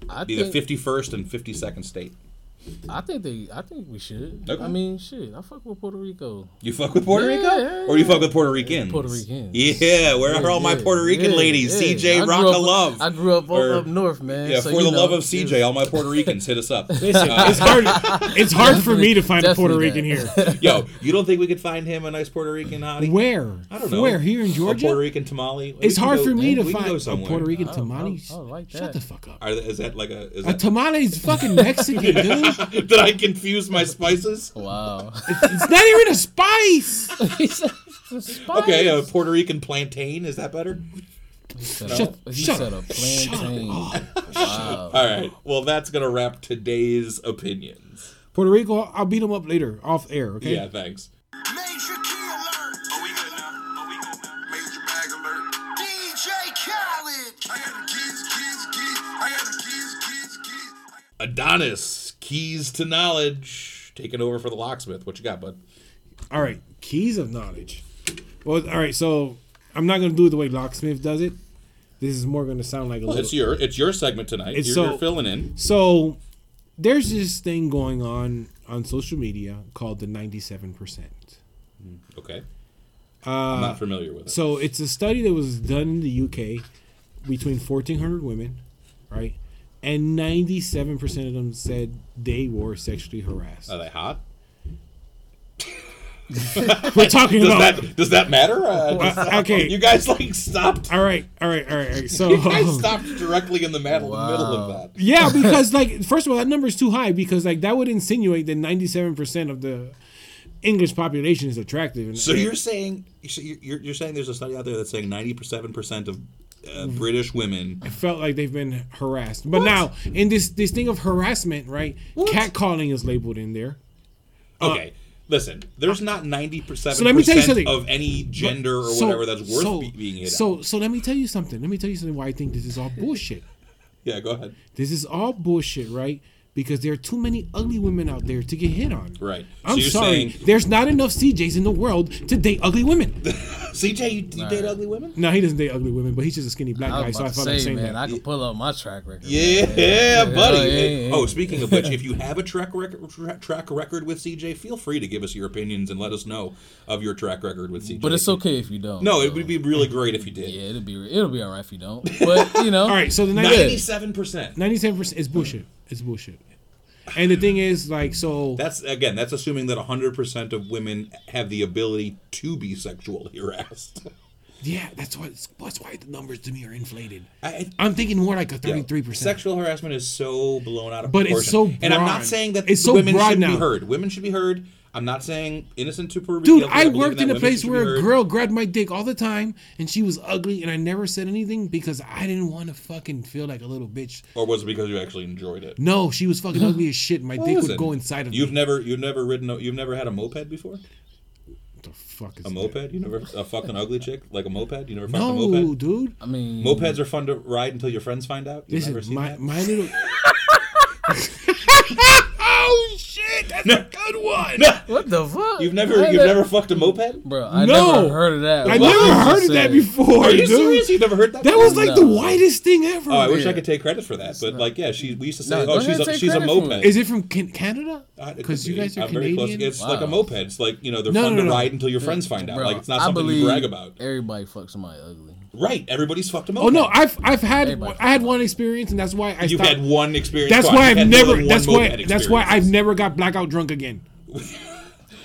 I
be the
think,
fifty first and fifty second state?
I think they. I think we should.
Okay.
I mean, shit. I fuck with Puerto Rico.
You fuck with Puerto
Yeah,
Rico,
yeah,
or you
yeah.
fuck with Puerto Ricans?
Puerto Ricans.
Yeah, where are all my
Yeah,
Puerto Rican
yeah,
ladies?
yeah. I
CJ,
grew
rock
up-
the love.
I grew up
Or-
up north, man.
yeah,
so
for
you
the
know,
love of
it's-
CJ, all my Puerto Ricans, hit us up. Uh,
Rico. Listen, it's hard. It's hard for me to find a Puerto Rican
Definitely
here.
Yo, you don't think we could find him a nice Puerto Rican hottie?
Where?
I don't know.
Where here in
A Puerto
Georgia?
Rican tamale. We
It's
can
hard
go-
for me to
we can
find
go
a
somewhere.
Puerto Rican
I
tamale.
don't like
Shut
that.
the fuck up.
Are, is that like a? Is
A
that,
tamale is fucking Mexican, dude.
did I confuse my spices?
Wow.
It's not even a spice.
It's a- it's a spice.
Okay, a Puerto Rican plantain is that better?
Set
Shut-
up- he
shut
said a
up. Shut up.
plantain. Wow.
All right. Well, that's gonna wrap today's opinions.
Puerto Rico. I'll beat them up later off air. Okay.
Yeah, thanks.
Major key alert. Are we good now? Are we good now? Major bag alert. DJ Khaled. I got the keys, keys, keys. I got the keys, keys, keys.
Adonis keys to knowledge taking over for the locksmith. What you got, bud?
All right, keys of knowledge. Well, all right, so I'm not gonna do it the way locksmith does it. This is more gonna sound like a
It's
little.
your it's your segment tonight.
It's
you're,
so-
you're filling in.
So there's this thing going on on social media called the 97 percent.
Okay. I'm not familiar with it.
Uh, So it's a study that was done in the UK between 1,400 women, right? And 97 percent of them said they were sexually harassed.
Are they hot?
We're talking
Does
about.
that does that matter? Uh, does-
Uh, okay.
You guys like stopped.
all right, all right, all right, all right. So
You guys stopped directly in the middle,
Wow.
middle of that.
Yeah, because like first of all, that number is too high because like that would insinuate that ninety-seven percent of the English population is attractive. And,
So you're saying so you're, you're you're saying there's a study out there that's saying 97 percent of uh,
Mm-hmm.
British women
I felt like they've been harassed, but now in this this thing of harassment, right? Catcalling is labeled in there.
Okay, listen. There's not ninety percent
Uh, So let me tell you something.
of any gender or
So-
whatever that's worth
so,
be- being hit.
So
out.
so let me tell you something. Let me tell you something. Why I think this is all bullshit.
yeah, go ahead.
this is all bullshit, right? Because there are too many ugly women out there to get hit on.
Right. So
I'm
you're
sorry.
saying-
There's not enough CJs in the world to date ugly women.
CJ, you, you date ugly women?
No, he doesn't date ugly women, but he's just a skinny black
I
guy,
was
so
about
I
to
felt
say,
like saying
man,
that.
I could pull up my track record.
Yeah, buddy.
yeah,
Hey,
yeah, yeah.
Oh, speaking of which, if you have a track record, tra- track record with CJ, feel free to give us your opinions and let us know of your track record with CJ.
But it's okay if you don't.
No,
so,
it would be really great if you did.
Yeah, it'll be it'll be all right if you don't. But you know,
All right, so the ninety
Ninety-seven percent.
seven percent is bullshit. It's bullshit. And the thing is, like, so
That's again. That's assuming that hundred percent of women have the ability to be sexually harassed.
Yeah, that's why. That's why the numbers to me are inflated.
I-
I'm thinking more like a
Yo,
33 percent.
Sexual harassment is so blown out of
But
proportion.
it's so
And I'm not
broad.
saying that
It's so
women
broad
should be
now.
heard. Women should be heard. I'm not saying innocent to prove
Dude,
guilty.
I
believe
worked
that
in a
women
place
should be
where a
heard.
girl grabbed my dick all the time, and she was ugly, and I never said anything because I didn't want to fucking feel like a little bitch.
or was it because you actually enjoyed it?
No, she was fucking ugly as shit. and My dick
Listen,
would go inside of
You've
me.
never, you've never ridden, a, you've never had a moped before.
What the fuck is
A
that?
moped? You never a fucking ugly chick like a moped? You never fucked
No,
a moped?
dude.
I mean,
Mopeds are fun to ride until your friends find out. You've never
Listen,
seen
my
that?
my little. oh shit! That's a good one.
what the fuck?
You've
I
never,
ain't
you've
ne-
never fucked a moped?
Bro, I
No.
never heard of that.
I
What you
never heard
just
of that
said.
before,
Are you
dude.
serious? You've never heard that?
That was like the
No.
widest thing ever.
Oh, I wish I
Yeah.
could take credit for that, but like, yeah, she we used to say,
No, go
"Oh,
ahead
she's
and
a,
take
she's a
credit for it.
moped."
Is it from can- Canada?
Uh, it
Because
could
you
be.
guys are
I'm very close.
Canadian.
It's like a
Wow.
moped. It's like you know they're
No,
fun
no,
to
no.
ride until your friends find out.
Bro,
Like it's not
I
something you
believe
brag about.
Everybody fucks somebody ugly.
Right? Everybody's fucked a moped.
Oh no, I've I've had
Everybody-
I had one experience, and that's why I
you've
stopped.
had one experience.
that's
fine.
why
You've
I've
had more
never.
than
That's
one
why.
moped
That's why I've
experience.
never got blackout drunk again.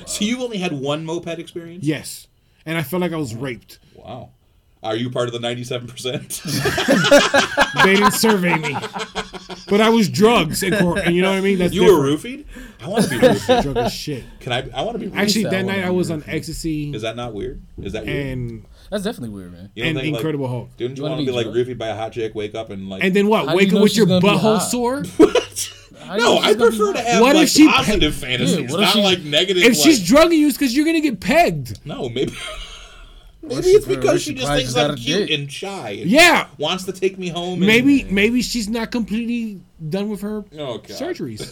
So you only had one moped experience?
Yes, and I felt like I was raped.
Wow. Are you part of the ninety-seven percent?
They didn't survey me, but I was drugs in court, and you know what I mean. That's
You were roofied. I want to be roofied.
drunk as shit.
Can I? I want to be. Roofied.
Actually,
that
that
one
night I
on
was
your
on ecstasy
is that not weird? Is that weird?
and
That's definitely weird, man.
You don't
and
think, like,
Incredible Hulk.
Didn't you
wanna
want to be
be
like
drunk?
roofied by a hot chick? Wake up and like.
and then what?
How do
Wake
you
up
know
with
she's
your
gonna be
butthole
hot?
sore.
How do you
no,
think
I
she's gonna be
prefer to
hot?
have
What if
like
she-
positive fantasies,
Yeah, what if
not
she-
like negative. like,
If she's drugging you, it's because you're gonna get pegged.
No, maybe. maybe
she
it's
pro-
because
or
she
she
just
probably
thinks
just got
I'm
a
cute
dick.
and shy. And
Yeah.
Wants to take me home. and-
Maybe maybe she's not completely done with her
Oh, God.
surgeries.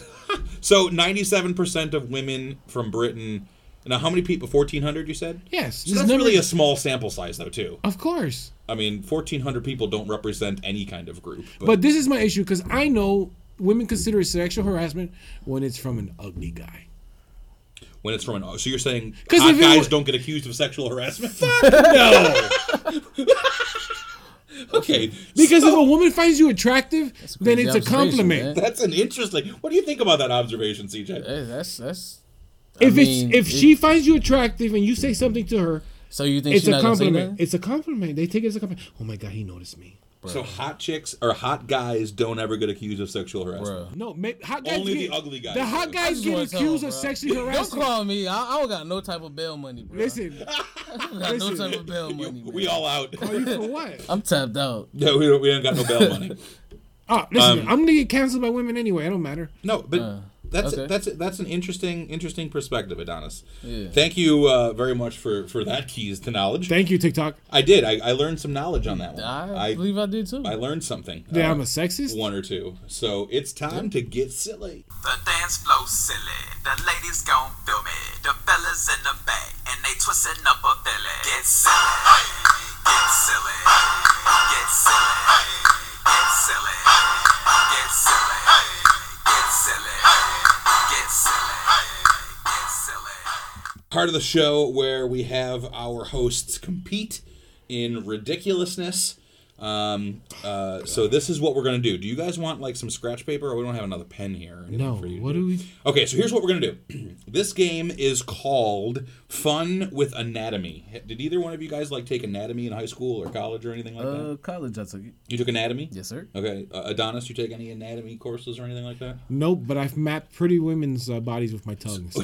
So 97% of women from Britain. Now, how many people? 1,400, you said?
Yes,
So
this
that's
number-
really a small sample size, though, too.
Of course.
I mean, 1,400 people don't represent any kind of group. But,
But this is my issue because I know women consider it sexual harassment when it's from an ugly guy.
when it's from an. So you're saying
'Cause
hot
if it
guys
wa-
don't get accused of sexual harassment?
No,
okay.
because if
so-
a woman finds you attractive,
a
then
crazy
it's a
observation,
compliment.
man.
that's an interesting. What do you think about that observation, CJ?
Hey, that's that's. I
If
mean,
it's if
it-
she finds you attractive and you say something to her,
so you think
it's
she's
a
not gonna say
compliment.
nothing?
It's a compliment. They take it as a compliment. Oh my god, he noticed me.
So hot chicks or hot guys don't ever get accused of sexual harassment.
Bruh.
No, ma- hot guys
Only the
get,
ugly guys.
The hot
I
guys
just
get
wanna tell him,
accused of
bro.
sexually
Don't
harassing.
call me. I, I don't got no type of bail money, bro.
Listen,
I don't got no
listen.
type of bail money.
We
man.
all out.
are you for what?
I'm tapped out.
No, we don't, we ain't got no bail money.
Ah, listen,
Um,
I'm gonna get canceled by women anyway. It don't matter.
No, but that's
okay.
that's that's an interesting interesting perspective, Adonis.
Yeah.
Thank you uh, very much for for that keys to knowledge.
Thank you, TikTok.
I did. I, I learned some knowledge on that one.
I, believe I did too.
I learned something.
Yeah,
uh,
I'm a sexist.
one or two. So it's time to get silly.
The dance flow silly. The ladies gon' feel me. The fellas in the back and they twisting up a belly. Get silly. Get silly. Get silly. Get silly. Get silly. Get silly. Get silly. Get silly.
Part of the show where we have our hosts compete in ridiculousness. Um, uh, so this is what we're gonna do. Do you guys want like some scratch paper, or we don't have another pen here? or anything
No,
for you to
what do we?
Okay, so here's what we're gonna do. this game is called Fun with Anatomy. Did either one of you guys like take anatomy in high school or college or anything like
uh,
that?
college, I took it.
You took anatomy.
Yes, sir.
Okay, uh, Adonis, you take any anatomy courses or anything like that?
Nope, but I've mapped pretty women's uh, bodies with my tongue. So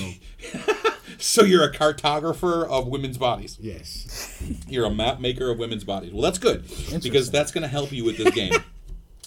So you're a cartographer of women's bodies.
yes,
You're a map maker of women's bodies. Well, that's good because that's gonna help you with this game.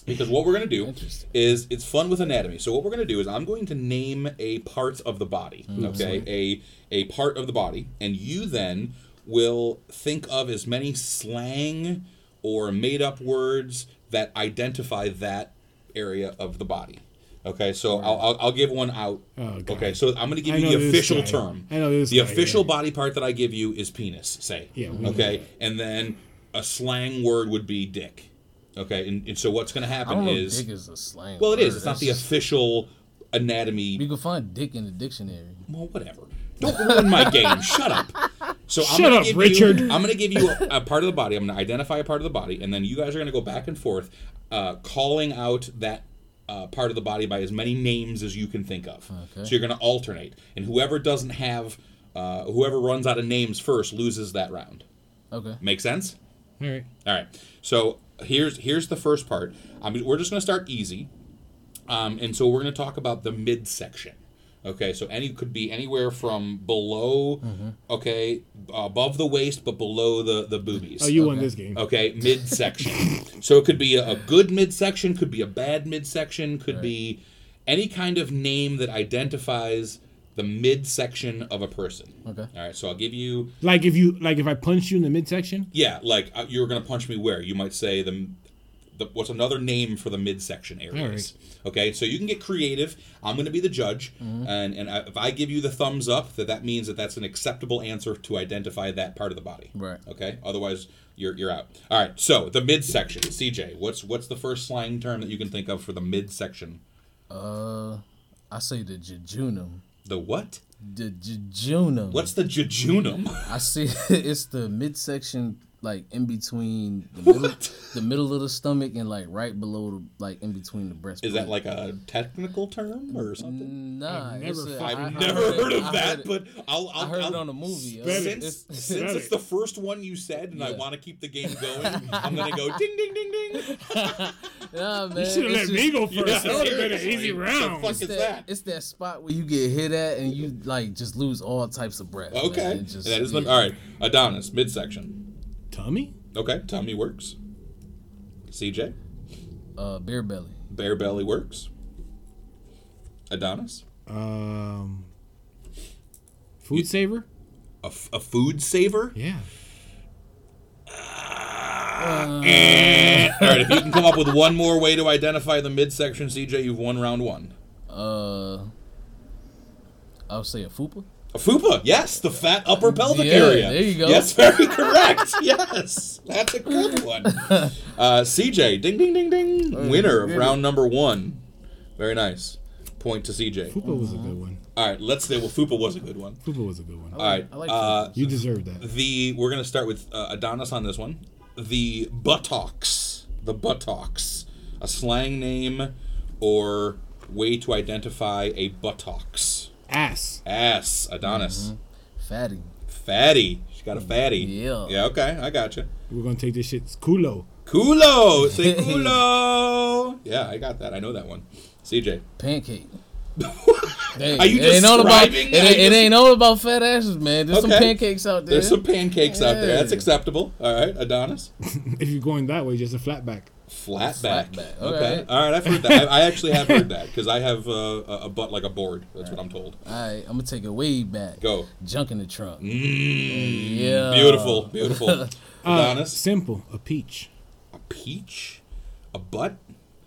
Because what we're gonna do
Interesting.
is it's fun with anatomy. So what we're gonna do is I'm going to name a part of the body.
Hmm.
Okay, a a part of the body, and you then will think of as many slang or made up words that identify that area of the body. Okay, so I'll, I'll, I'll give one out.
Oh, God.
okay, so I'm gonna give
I
you
know
the
this
official
guy.
term.
I know this
The
guy,
official
yeah.
body part that I give you is penis. Say
Yeah, we know
okay, and then a slang word would be dick. Okay, and, and so what's gonna
I don't
happen
know
is
if dick is a slang.
well, it is.
word.
It's not the
That's just-
official anatomy.
You can find dick in the dictionary.
well, whatever. Don't ruin my game. Shut up. So I'm
Shut
gonna
up,
give
Richard.
You, I'm going to give you a, a part of the body. I'm going to identify a part of the body, and then you guys are going to go back and forth, uh, calling out that uh, part of the body by as many names as you can think of.
Okay.
So you're going to alternate, and whoever doesn't have, uh, whoever runs out of names first loses that round.
Okay.
Make sense?
All right.
All right. So here's here's the first part. I'm, we're just going to start easy, um, and so we're going to talk about the midsection. Okay. So any could be anywhere from below,
Mm-hmm.
okay, above the waist, but below the the boobies.
Oh, you won this game.
Okay, midsection. so it could be a, a good midsection, could be a bad midsection, could be any kind of name that identifies the midsection of a person.
Okay.
All right, so I'll give you,
Like if you like if I punch you in the midsection,
yeah, like uh, you were going to punch me where? You might say the, the what's another name for the midsection areas. Okay, so you can get creative. I'm going to be the judge,
Mm-hmm.
and, and I, if I give you the thumbs up, that that means that that's an acceptable answer to identify that part of the body.
Right.
Okay. Otherwise, you're you're out. All right. So the midsection, CJ. What's what's the first slang term that you can think of for the midsection?
Uh, I say the jejunum.
The what?
The jejunum.
What's the jejunum?
I see. It's the midsection, like in between the middle,
What?
the middle of the stomach and like right below the, like in between the breast.
Is that like a technical term or something?
Nah,
I've
it's
never
a-
fucking-
Mm, I- I
I've never
it-
heard
I
of that,
it-
but I'll, I'll
I heard it
I'll-
on a movie. uh,
Spit it.
Since,
it's-
since it's
it.
the first one you said, and I
Yeah.
want to keep the game going, I'm gonna go ding ding ding ding.
nah, man,
you should have
it's
let
just-
me go first.
Uh, Yeah,
that would have been an
seriously. The
easy round.
fuck-
It's
is
that,
that?
it's that spot where you get hit at and you like just lose all types of breath. man.
Okay,
It just-
that is the
yeah.
all right. Adonis midsection.
Tummy?
Okay, tummy works. CJ,
Uh, beer belly.
bare belly works. Adonis,
Um, food saver?
a, f- a food saver.
Yeah.
all right, if you can come up with one more way to identify the midsection, CJ, you've won round one.
Uh, I would say a fupa.
A fupa, yes, the fat upper pelvic
Yeah,
area.
there you go.
Yes, very correct. yes, that's a good one. Uh, CJ, ding, ding, ding,
Oh,
ding, winner of round number one. Very nice. Point to CJ.
Fupa was a good one.
All right, let's say well, fupa was a good one.
Fupa was a good one.
All right,
I like
uh,
You deserve that.
the we're gonna start with uh, Adonis on this one. The buttocks, the buttocks, a slang name or way to identify a buttocks.
Ass.
Ass, Adonis.
Mm-hmm. Fatty.
Fatty. She's got a fatty.
Mm, Yeah.
Yeah, okay. I got you.
We're gonna take this shit. It's culo.
Kulo. Say Kulo. yeah, I got that. I know that one. CJ.
pancake. Hey,
Are you
it ain't all about it,
describing-
ain't- it
I just-
ain't all about fat asses, man. There's some
Okay.
pancakes out there.
There's some pancakes out there. That's
Yeah.
acceptable. All right. Adonis.
If you're going that way, just a flat back.
Flat back.
back. All
Okay.
right.
All right. I've heard that. I, I actually have heard that because I have uh, a, a butt like a board. That's what I'm told.
All right, I'm gonna take it way back.
Go. Mm,
Junk in the trunk. yeah.
Beautiful.
Uh,
Beautiful. Adonis.
Simple. A peach.
A peach? A butt?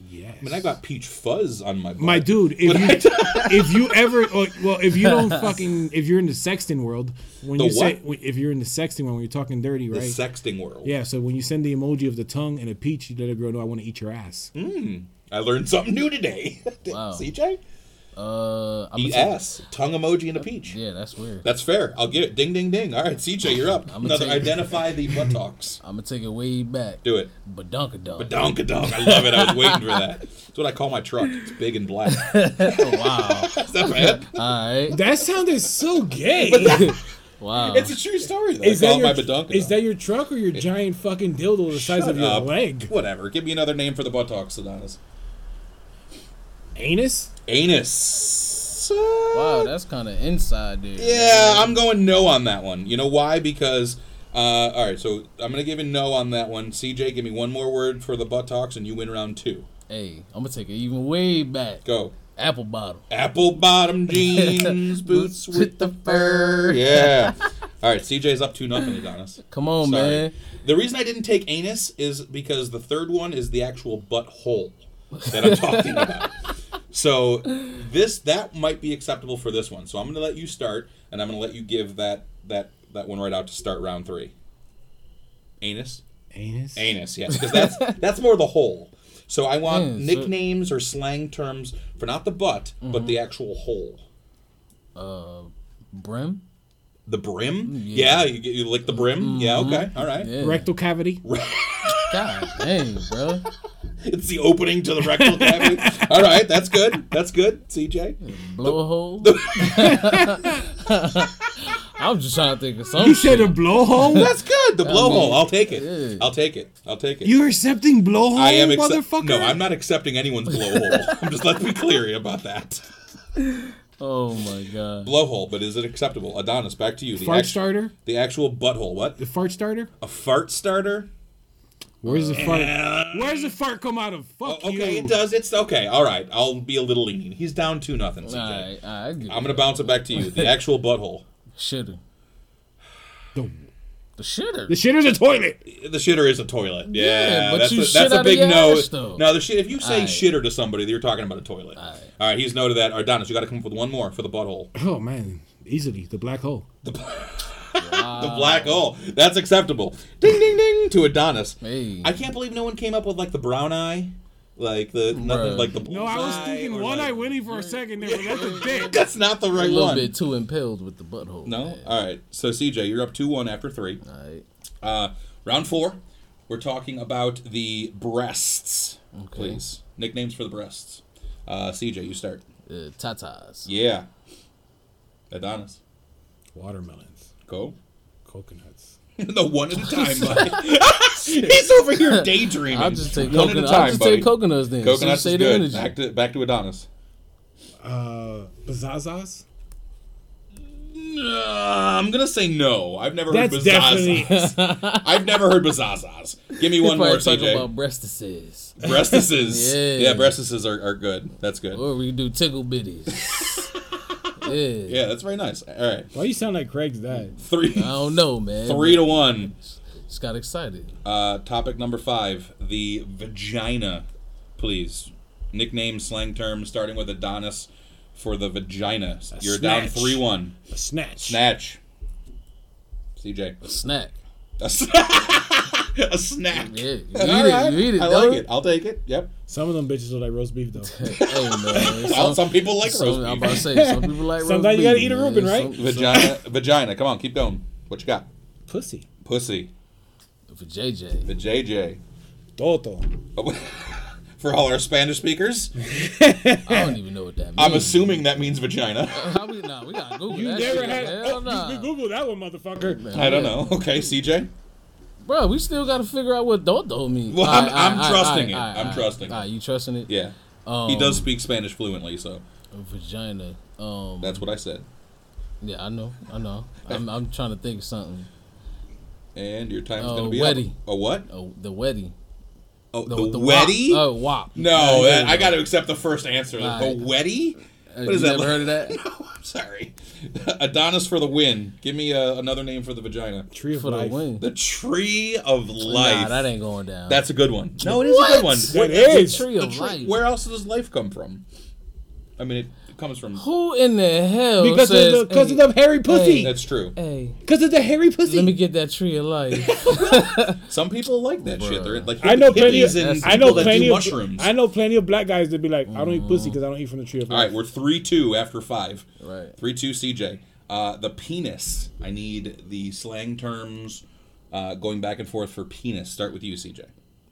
Yes.
I mean, I got peach fuzz on my butt.
My dude, if
But
you,
I don't-
if you ever, or, well, if you don't fucking, if you're in the sexting world, when
The
you say,
what?
when- if you're in the sexting world, when you're talking dirty,
The
right?
sexting world.
yeah. So when you send the emoji of the tongue and a peach, you let a girl know I want to eat your ass.
I learned something new today.
Wow.
CJ?
Uh, I'm
Eat ass. Tongue emoji and a peach.
Yeah, that's weird.
That's fair. I'll give it. Ding, ding, ding. All right, CJ, you're up.
I'ma
Another
take-
identify the buttocks.
I'm gonna take it way back.
Do it.
Badunkadunk.
Donka donk. I love it. I was waiting for that. That's what I call my truck. It's big and black.
wow.
Is that bad?
All right.
That sounded so gay.
Wow.
It's a true story. Though.
is
I
that
call
your
my badonka.
is that your truck or your giant fucking dildo the size of your leg?
Uh, Whatever. Give me another name for the buttocks, Adonis.
Anus?
Anus. Uh,
wow, that's kind of inside there.
Yeah, I'm going no on that one. You know why? Because uh, all right, so I'm gonna give a no on that one. CJ, give me one more word for the buttocks, and you win round two.
Hey, I'm gonna take it even way back.
Go.
Apple bottom.
Apple bottom jeans, boots with the fur. Yeah. All right, CJ's up to nothing, Adonis.
Come on,
Sorry.
man.
The reason I didn't take anus is because the third one is the actual butthole that I'm talking about. So this that might be acceptable for this one. So I'm going to let you start, and I'm going to let you give that that that one right out to start round three. Anus,
Anus?
anus, yes, because that's that's more the hole. So I want
Hmm, so-
nicknames or slang terms for not the butt, but the actual hole.
Brim.
The brim? Yeah, you, get- you lick the brim? Yeah, okay, all right.
Yeah.
Rectal cavity?
God dang, bro.
It's the opening to the rectal cavity. all right, that's good. That's good, CJ.
Blow a hole. I'm just trying to think of
You
something.
said a blowhole?
That's good. The blowhole. I'll take it.
yeah.
I'll take it. I'll take it.
You're accepting blowhole,
I am accep-
motherfucker?
No, I'm not accepting anyone's blowhole. I'm just let's be clear about that.
Oh my god.
Blowhole, but is it acceptable? Adonis, back to you. The, Oh.
Fart
act-
starter?
the actual butthole. What?
The fart starter?
A fart starter?
Where's
Uh,
the fart? Where's the fart come out of? Fuck
Oh, okay,
you.
it does. It's okay. All right. I'll be a little lenient. He's down two nothing. CJ.
All right, all right.
I'm gonna bounce it back to you. The actual butthole.
shitter.
The,
The shitter.
the shitter's a toilet.
The shitter is a toilet. Yeah,
Yeah, but
that's,
you
a,
shit
that's a
outta
big
your
no.
ass, though.
No, the shit. If you say
Aight.
shitter to somebody, you're talking about a toilet. All right. he's no to that. Adonis, you got to come up with one more for the butthole.
Oh man, easily the black hole.
The
Uh,
black hole. That's acceptable. Ding ding ding to Adonis.
Hey.
I can't believe no one came up with like the brown eye, like the nothing
Bruh.
like the.
No, I was
bullseye
thinking
or,
one
like-
eye Willie for a second there, but that's a dick.
That's not the right
a little
one.
bit too impaled with the butthole.
No.
man.
All right. So CJ, you're up two one after three.
All right.
Uh, round four. We're talking about the breasts, please. Nicknames for the breasts. Uh, CJ, you start.
Uh, tatas.
Yeah. Adonis.
Watermelons,
Go.
coconuts.
no, one at a time, buddy. He's over here daydreaming.
I'll just take
One at a
coconuts.
time,
I'll just
buddy.
take coconuts then.
Coconuts
Save
is
the
good.
energy.
Back to back to Adonis.
Uh, bazazas.
Uh, I'm gonna say no. I've never heard
That's definitely.
bazazas. I've never heard bazazas. Give me one
Probably
more,
talk
CJ.
about breastises.
Breastises.
Yeah. Oh.
yeah, breastises are, are good. That's good.
Or we do tickle bitties. yeah.
Yeah, that's very nice. All right,
Why you sound like Craig's dad?
three,
I don't know, man.
three to one.
Just got excited.
Uh, topic number five: the vagina. Please, nickname, slang term, starting with Adonis for the vagina. You're down
snatch.
three one.
A snatch.
Snatch. CJ.
A snack.
A, s- a snack.
Yeah. You eat
All right.
it. You eat it.
I
dog.
like it. I'll take it. Yep.
Some of them bitches are like roast beef though.
hey, man.
Well, some people like
some,
roast
I'm about to
beef.
say some people like roast
Sometimes you gotta
beef,
eat a
man.
Reuben, right?
Some-
Vagina. vagina. Come on, keep going. What you got?
Pussy.
Pussy.
For JJ.
The JJ.
Toto.
For all our Spanish speakers,
I don't even know what that means.
I'm assuming that means vagina.
How we, nah, we gotta Google
You
that
never
shit.
had.
Hell
Oh,
nah.
you, you Google that one, motherfucker.
I don't know. Okay, CJ.
Bro, we still gotta figure out what Dodo means.
Well, I'm- I'm trusting it.
alright,
I'm
alright.
trusting it.
Alright, you trusting it?
Yeah. he does speak Spanish fluently, so
Vagina. Um,
that's what I said.
yeah, I know. I know. I'm, I'm trying to think of something.
And your time's
Oh,
gonna be
weddy.
up. A what?
Oh, the weddy.
Oh, the,
No, the
weddy?
Wop. Oh, wop.
no,
Yeah,
that,
yeah.
I got to accept the first answer.
Nah,
the
I-
weddy?
Uh,
what is
you
that?
Never heard of that?
no, I'm sorry. Adonis for the win. Give me uh, another name for the vagina.
Tree of
For the
life.
win.
The tree of life.
Nah, that ain't going down.
That's a good one. No, it is a
What?
good one.
That
the
is.
tree of
Tree-
life.
Where else does life come from? I mean, it comes from.
Who in the hell
Because
says?
of the because
hey,
of the hairy pussy.
That's true.
hey,
Because of the hairy pussy.
let me get that tree of life.
Some people like that shit. They're like
I know plenty of
hippies and
I know
people that
plenty
do
of
mushrooms.
I know plenty of black guys that be like, I don't eat
Mm-hmm.
pussy because I don't eat from the tree of
All right,
life.
we're three two after five.
Right.
Three two CJ. Uh, the penis. I need the slang terms uh, going back and forth for penis. Start with you, CJ.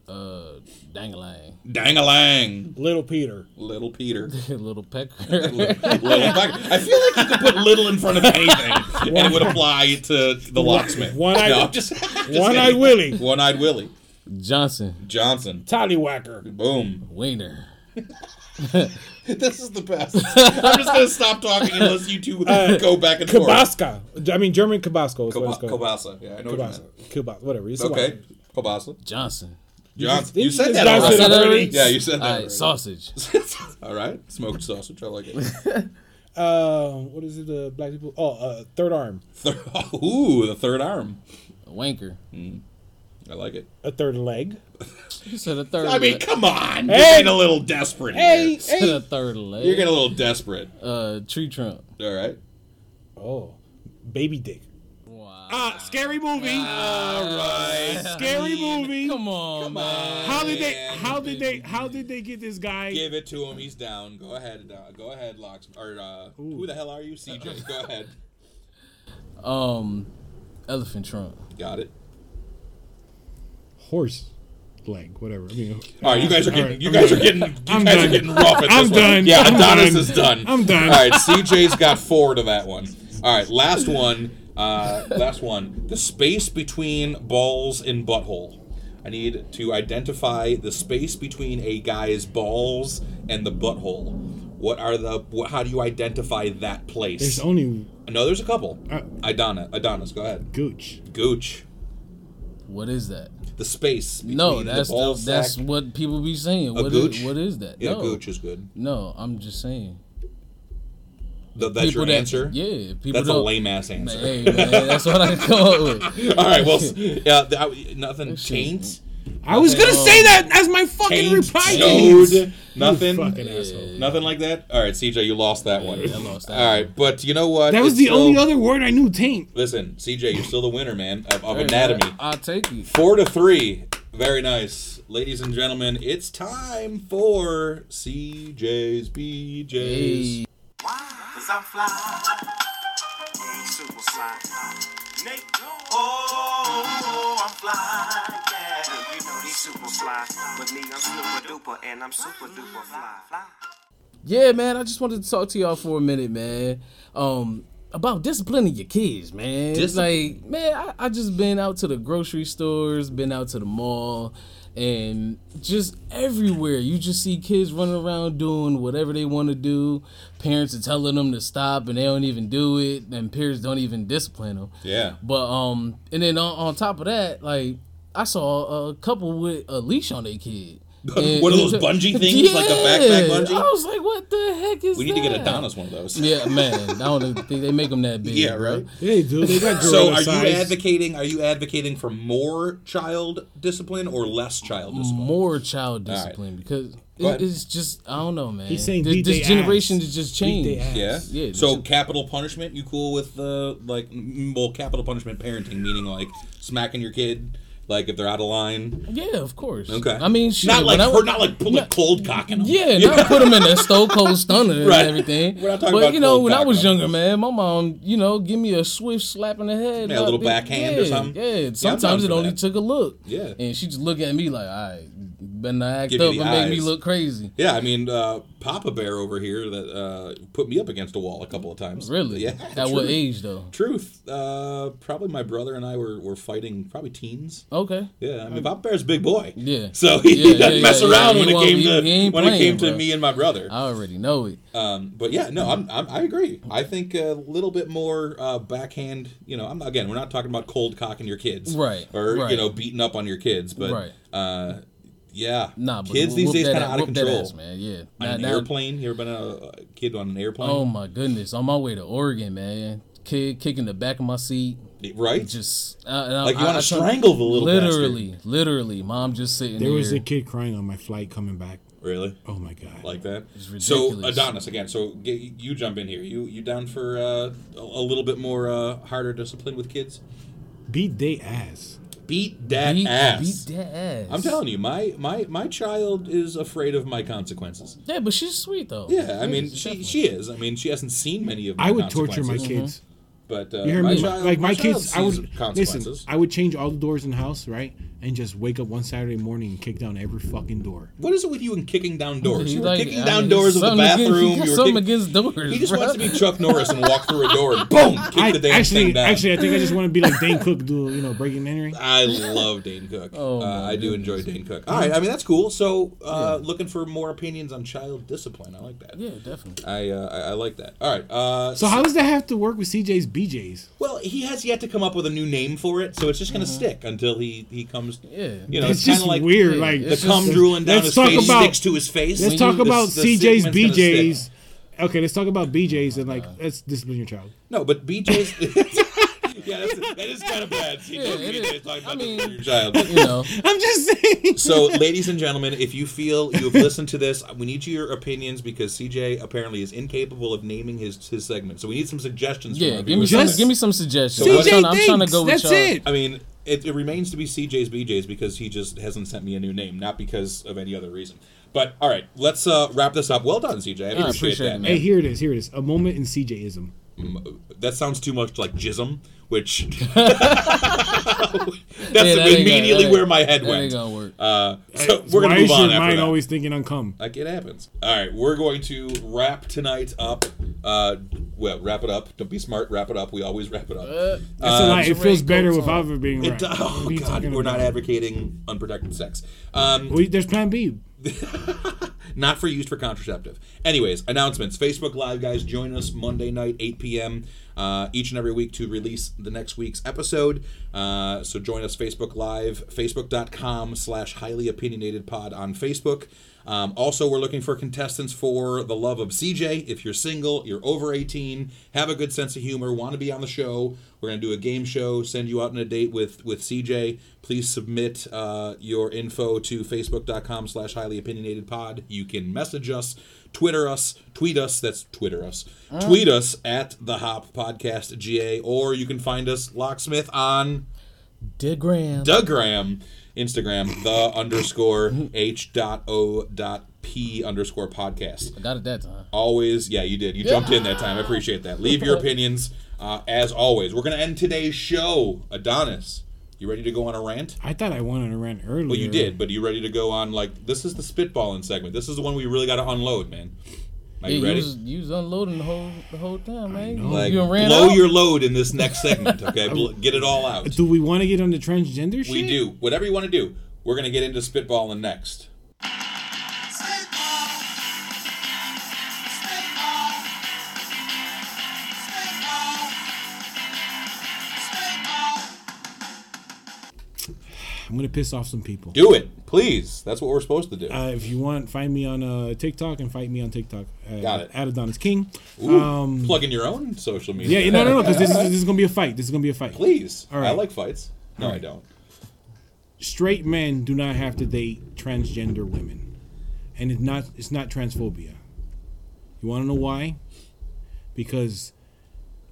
uh, dangling,
Dangalang,
Little Peter.
little Peter.
little pecker.
little Buck. I feel like you could put little in front of anything, and it would apply to the locksmith.
one-eyed-
no, I'm just, just
One eyed
kidding.
Willie.
One-eyed Willie
Johnson,
Johnson.
Tollywhacker.
Boom.
Wiener.
This is the best. I'm just gonna stop talking unless you two go back and forth.
Kibasca. I mean German Kibasco is
Kibasa.
what it's called.
Kibasa. Yeah, I know what you
Kibasa.
meant.
Kibasa. Whatever. It's
Okay,
okay.
Kibasa.
Johnson.
John,
just-
you
you
said
just
that
bounced it
already.
I said that already?
Yeah, you said that.
All
already.
right, sausage.
All right, smoked sausage. I like it.
Uh, what is it? The black people. Oh, uh, third arm.
Thir- Ooh, the third arm.
Wanker.
I like it.
A third leg.
You said a third.
I mean,
leg.
come on. You're
Hey.
getting a little desperate
Hey,
here.
said
hey.
a third leg.
You're getting a little desperate.
uh, tree trunk.
All right.
Oh, baby dick.
Wow.
Ah, scary movie.
All right.
scary movie.
Come on, man.
How did they?
Man,
How did they? How did they get this guy?
Give it to him. He's down. Go ahead. Uh, go ahead, Locks. Or uh, who the hell are you, CJ? Go ahead.
Um, elephant trunk.
Got it.
Horse leg, whatever. I mean,
All right, you guys are getting.
right,
You
I'm
guys are getting. You
I'm
guys are
done.
getting rough at this
I'm
one.
done.
Yeah,
I'm
Adonis
done.
is done.
I'm done.
All right, CJ's got four to that one. All right, last one. Uh, last one. The space between balls and butthole. I need to identify the space between a guy's balls and the butthole. What are the? wh- How do you identify that place?
There's only
no, there's a couple.
Uh,
Idonna, Adonis, go ahead.
Gooch.
Gooch.
What is that?
The space. Between
No, that's
the ball
that's
sack-
what people be saying. What is,
gooch?
what is that?
Yeah,
no.
gooch is good.
No, I'm just saying.
Th- that's your
that,
answer.
Yeah, people
That's a
don't.
lame ass answer.
Hey man, that's what I come up with.
All right. Well, s- yeah. th- I- nothing. Taint.
I was gonna
um,
say that as my fucking
Taint.
reply.
Toad. Nothing.
Fucking asshole.
Nothing like that. All right, CJ, you lost that one.
I lost that
All right, but you know what?
That was
It's
the
still-
only other word I knew. Taint.
Listen, CJ, you're still the winner, man, of, of
Hey,
anatomy.
I, will take it.
Four to three. Very nice, ladies and gentlemen. It's time for CJ's BJ's.
Hey,
Cause I'm fly.
Super slime. Nate, oh,
Oh, I'm fly. Yeah.
you know he's super fly. But me, I'm super duper, and I'm super duper fly.
yeah, man. I just wanted to talk to y'all for a minute, man. Um, about disciplining your kids, man. It's
Discipline.
like, man, I, I just been out to the grocery stores, been out to the mall, and just everywhere you just see kids running around doing whatever they want to do. Parents are telling them to stop, and they don't even do it, and parents don't even discipline them.
Yeah.
But um, and then on, on top of that, like I saw a couple with a leash on their kid. And-
One of those bungee things, like the backpack
Yeah. Oh,
bungee?
I was like, what the heck is?
We need to get
that?
Adonis one of those.
Yeah, man. I don't think they make them that big.
Yeah,
bro.
right.
Yeah, they do. They got
So,
gorilla
are you
size.
advocating? Are you advocating for more child discipline or less child discipline?
More child
right.
discipline because
Go ahead.
it, it's just I don't know, man.
He's saying
this,
beat
this
they
generation
ass.
has just
Beat
changed.
they ass.
Yeah.
Yeah,
So
just-
capital punishment, you cool with uh, like mm, well capital punishment parenting, meaning like smacking your kid, like if they're out of line.
Yeah, of course.
Okay.
I mean, shit,
not like
when I-
we're not like pulling cold cocking them.
Yeah, not put them in a stove cold stunner
Right.
and everything.
We're not talking
but
about
you know,
cold
when I
cock,
was
though.
younger, man, my mom, you know, give me a swift slap in the head.
Yeah, a little
Like,
backhand or
yeah,
something. Yeah,
Yeah,
I'm down
sometimes
for
it only
that.
took a look.
Yeah.
and she just look at me like, "All right, better not act
Give you
up
the
and make me
eyes.
look crazy."
Yeah, I mean uh, Papa Bear over here that uh, put me up against a wall a couple of times.
Really?
Yeah.
At
truth.
what age though?
Truth. Uh, probably my brother and I were, were fighting probably teens.
Okay.
Yeah, I mean Papa Bear's a big boy.
Oh. Yeah.
So he
Yeah,
doesn't
yeah,
mess
yeah,
around
yeah.
when
He
it
won't-
came
he-
to
he ain't
when it
playing,
came to
bro.
me and my brother.
I already know it.
Um, but yeah, no, I'm, I'm I agree. I think a little bit more uh, backhand. You know, I'm again, we're not talking about cold cocking your kids,
Right,
Or you
right.
know, beating up on your kids, but
Right.
uh, yeah,
Nah, but
kids these
whoop
days
that
kind of
ass-
out of
whoop that
control.
ass, man. Yeah.
On
Now-
an
now-
airplane, you ever been a a kid on an airplane?
Oh my goodness! On my way to Oregon, man, kid kicking the back of my seat.
right?
Just uh, and I-
Like you
I-
wanna
I turn-
strangle the little
literally, literally, mom just sitting
There
there.
was a kid crying on my flight coming back.
really
Oh my god.
like that.
It's
So
ridiculous.
Adonis again. So get, you jump in here. You you down for uh, a, a little bit more uh, harder discipline with kids?
beat they ass.
Beat that
beat,
ass.
beat that ass.
I'm telling you, my my my child is afraid of my consequences.
Yeah, but she's sweet though.
Yeah, I mean, she
definitely.
she is. I mean, she hasn't seen many of. My
I would torture my
consequences,
kids.
But uh,
You hear
my
me?
child,
like my,
child
kids,
sees
I would listen.
consequences.
I would change all the doors in the house, right, and just wake up one Saturday morning and kick down every fucking door.
what is it with you and kicking down doors?
He's
You were
like,
kicking
I
down
mean,
doors of the
something against-
bathroom.
he got
you were
something
kick-
against doors.
he just
bro.
wants to be Chuck Norris and walk through a door and boom, kick
I
the damn thing
actually,
down.
actually, I think I just want to be like Dane Cook, do you know, breaking and entering.
I love Dane Cook.
Oh,
uh,
my
I do enjoy Dane Cook. All right, I mean that's cool. So, uh, looking for more opinions on child discipline. I like that.
Yeah, definitely.
I, uh, I I like that. All right. Uh,
So how does that have to work with CJ's BJ's?
Well, he has yet to come up with a new name for it, so it's just going to stick until he he comes.
Yeah.
you know, it's,
Mm-hmm.
kind
it's just
of like
weird.
yeah,
like
The
it's just-
cum drooling down
let's
his
talk
face
about-
sticks to his face.
let's talk
The-
about
the
CJ's
segment's gonna stick.
BJ's. Okay, let's talk about BJ's and like let's discipline your child.
No, but BJ's. yeah, that's, that is kind of bad. CJ's
Yeah, it
BJ's
is.
talking
I
about the
mean-
your child.
You know,
I'm just saying.
So, ladies and gentlemen, if you feel you have listened to this, we need your opinions because CJ apparently is incapable of naming his his segment. So we need some suggestions. from
yeah.
our
Give me
viewers.
some.
Just-
Give me some suggestions.
CJ
I'm trying, I'm trying to
thinks,
go with
that's
y'all.
it.
I mean, it, it remains to be CJ's BJ's because he just hasn't sent me a new name, not because of any other reason. But all right, let's uh, wrap this up. Well done, CJ. I appreciate,
appreciate
that,
it,
man.
Hey, here it is. Here it is. A moment in CJism.
That sounds too much like jism, which that's
Yeah, that ain't gonna-
immediately
that ain't-
where my head
that
went.
ain't gonna work.
Uh, so we're
Why
gonna
is
move on.
your
after
mind
that.
always thinking on cum?
Like it happens. All right, we're going to wrap tonight up. Uh, well, wrap it up. Don't be smart. Wrap it up. We always wrap it up.
Uh,
That's a lie. It
Raincoat
feels better
song.
without it being
It,
right.
oh
What are you
God,
talking
we're not
about?
advocating unprotected sex. Um,
Well, there's Plan B.
not for use for contraceptive. Anyways, announcements. Facebook Live, guys, join us Monday night, 8 p.m. Uh, each and every week to release the next week's episode. Uh, so join us Facebook Live, facebook.com slash highly opinionated pod on Facebook. Um, also, we're looking for contestants for The Love of CJ. If you're single, you're over 18, have a good sense of humor, want to be on the show, we're going to do a game show, send you out on a date with, with CJ. Please submit uh, your info to facebook.com slash highly opinionated pod. You can message us, Twitter us, tweet us. That's Twitter us. Tweet us at the Hop Podcast GA, or you can find us Locksmith on
Dead Graham.
Instagram, Instagram, the underscore h dot o dot p underscore podcast.
Got it that time.
Always, yeah, you did. You jumped in that time. I appreciate that. Leave your opinions uh, as always. We're gonna end today's show. Adonis, you ready to go on a rant?
I thought I wanted to rant earlier.
Well, you did, but are you ready to go on? Like this is the spitballing segment. This is the one we really got to unload, man. Are
Yeah,
you ready?
was, you was unloading the whole the whole time, man. You-
Like
you done ran
blow
out.
your load in this next segment, okay? Bl- Get it all out.
Do we want to get on the transgender shit?
We do whatever you want to do. We're gonna get into spitballing next.
Spitball. Spitball. Spitball. Spitball.
I'm gonna piss off some people.
Do it, please. That's what we're supposed to do.
Uh, if you want, find me on uh, TikTok and fight me on TikTok. Uh,
Got it.
At Adonis King.
Ooh,
Um,
plugging your own social media.
yeah, no, no, no, because this is, this is gonna be a fight. This is gonna be a fight.
Please.
All right.
I like fights. No, I don't.
Straight men do not have to date transgender women, and it's not it's not transphobia. You want to know why? Because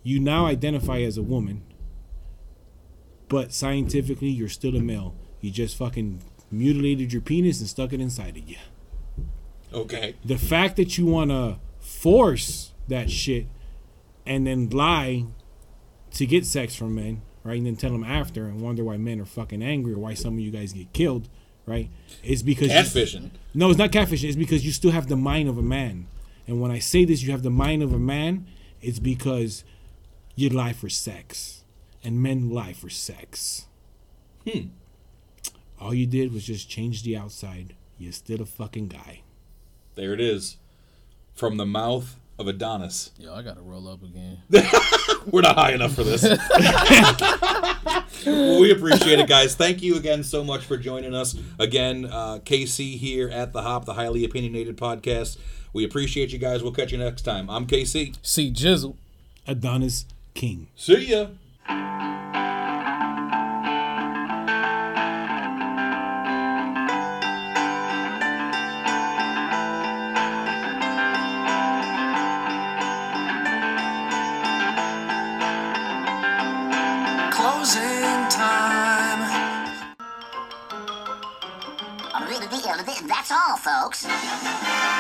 you now identify as a woman, but scientifically you're still a male. You just fucking mutilated your penis and stuck it inside of you.
Okay.
the fact that you want to force that shit and then lie to get sex from men, right? And then tell them after and wonder why men are fucking angry or why some of you guys get killed, right? It's because
Catfishing.
no, it's not catfishing. It's because you still have the mind of a man. And when I say this, you have the mind of a man, it's because you lie for sex. And men lie for sex. Hmm. All you did was just change the outside. You're still a fucking guy.
There it is. From the mouth of Adonis.
Yo, I gotta roll up again.
We're not high enough for this. Well, we appreciate it, guys. Thank you again so much for joining us. Again, uh, KC here at The Hop, the highly opinionated podcast. We appreciate you guys. We'll catch you next time. I'm KC.
See Jizzle.
Adonis King.
See ya.
Closing time.
That's all, folks.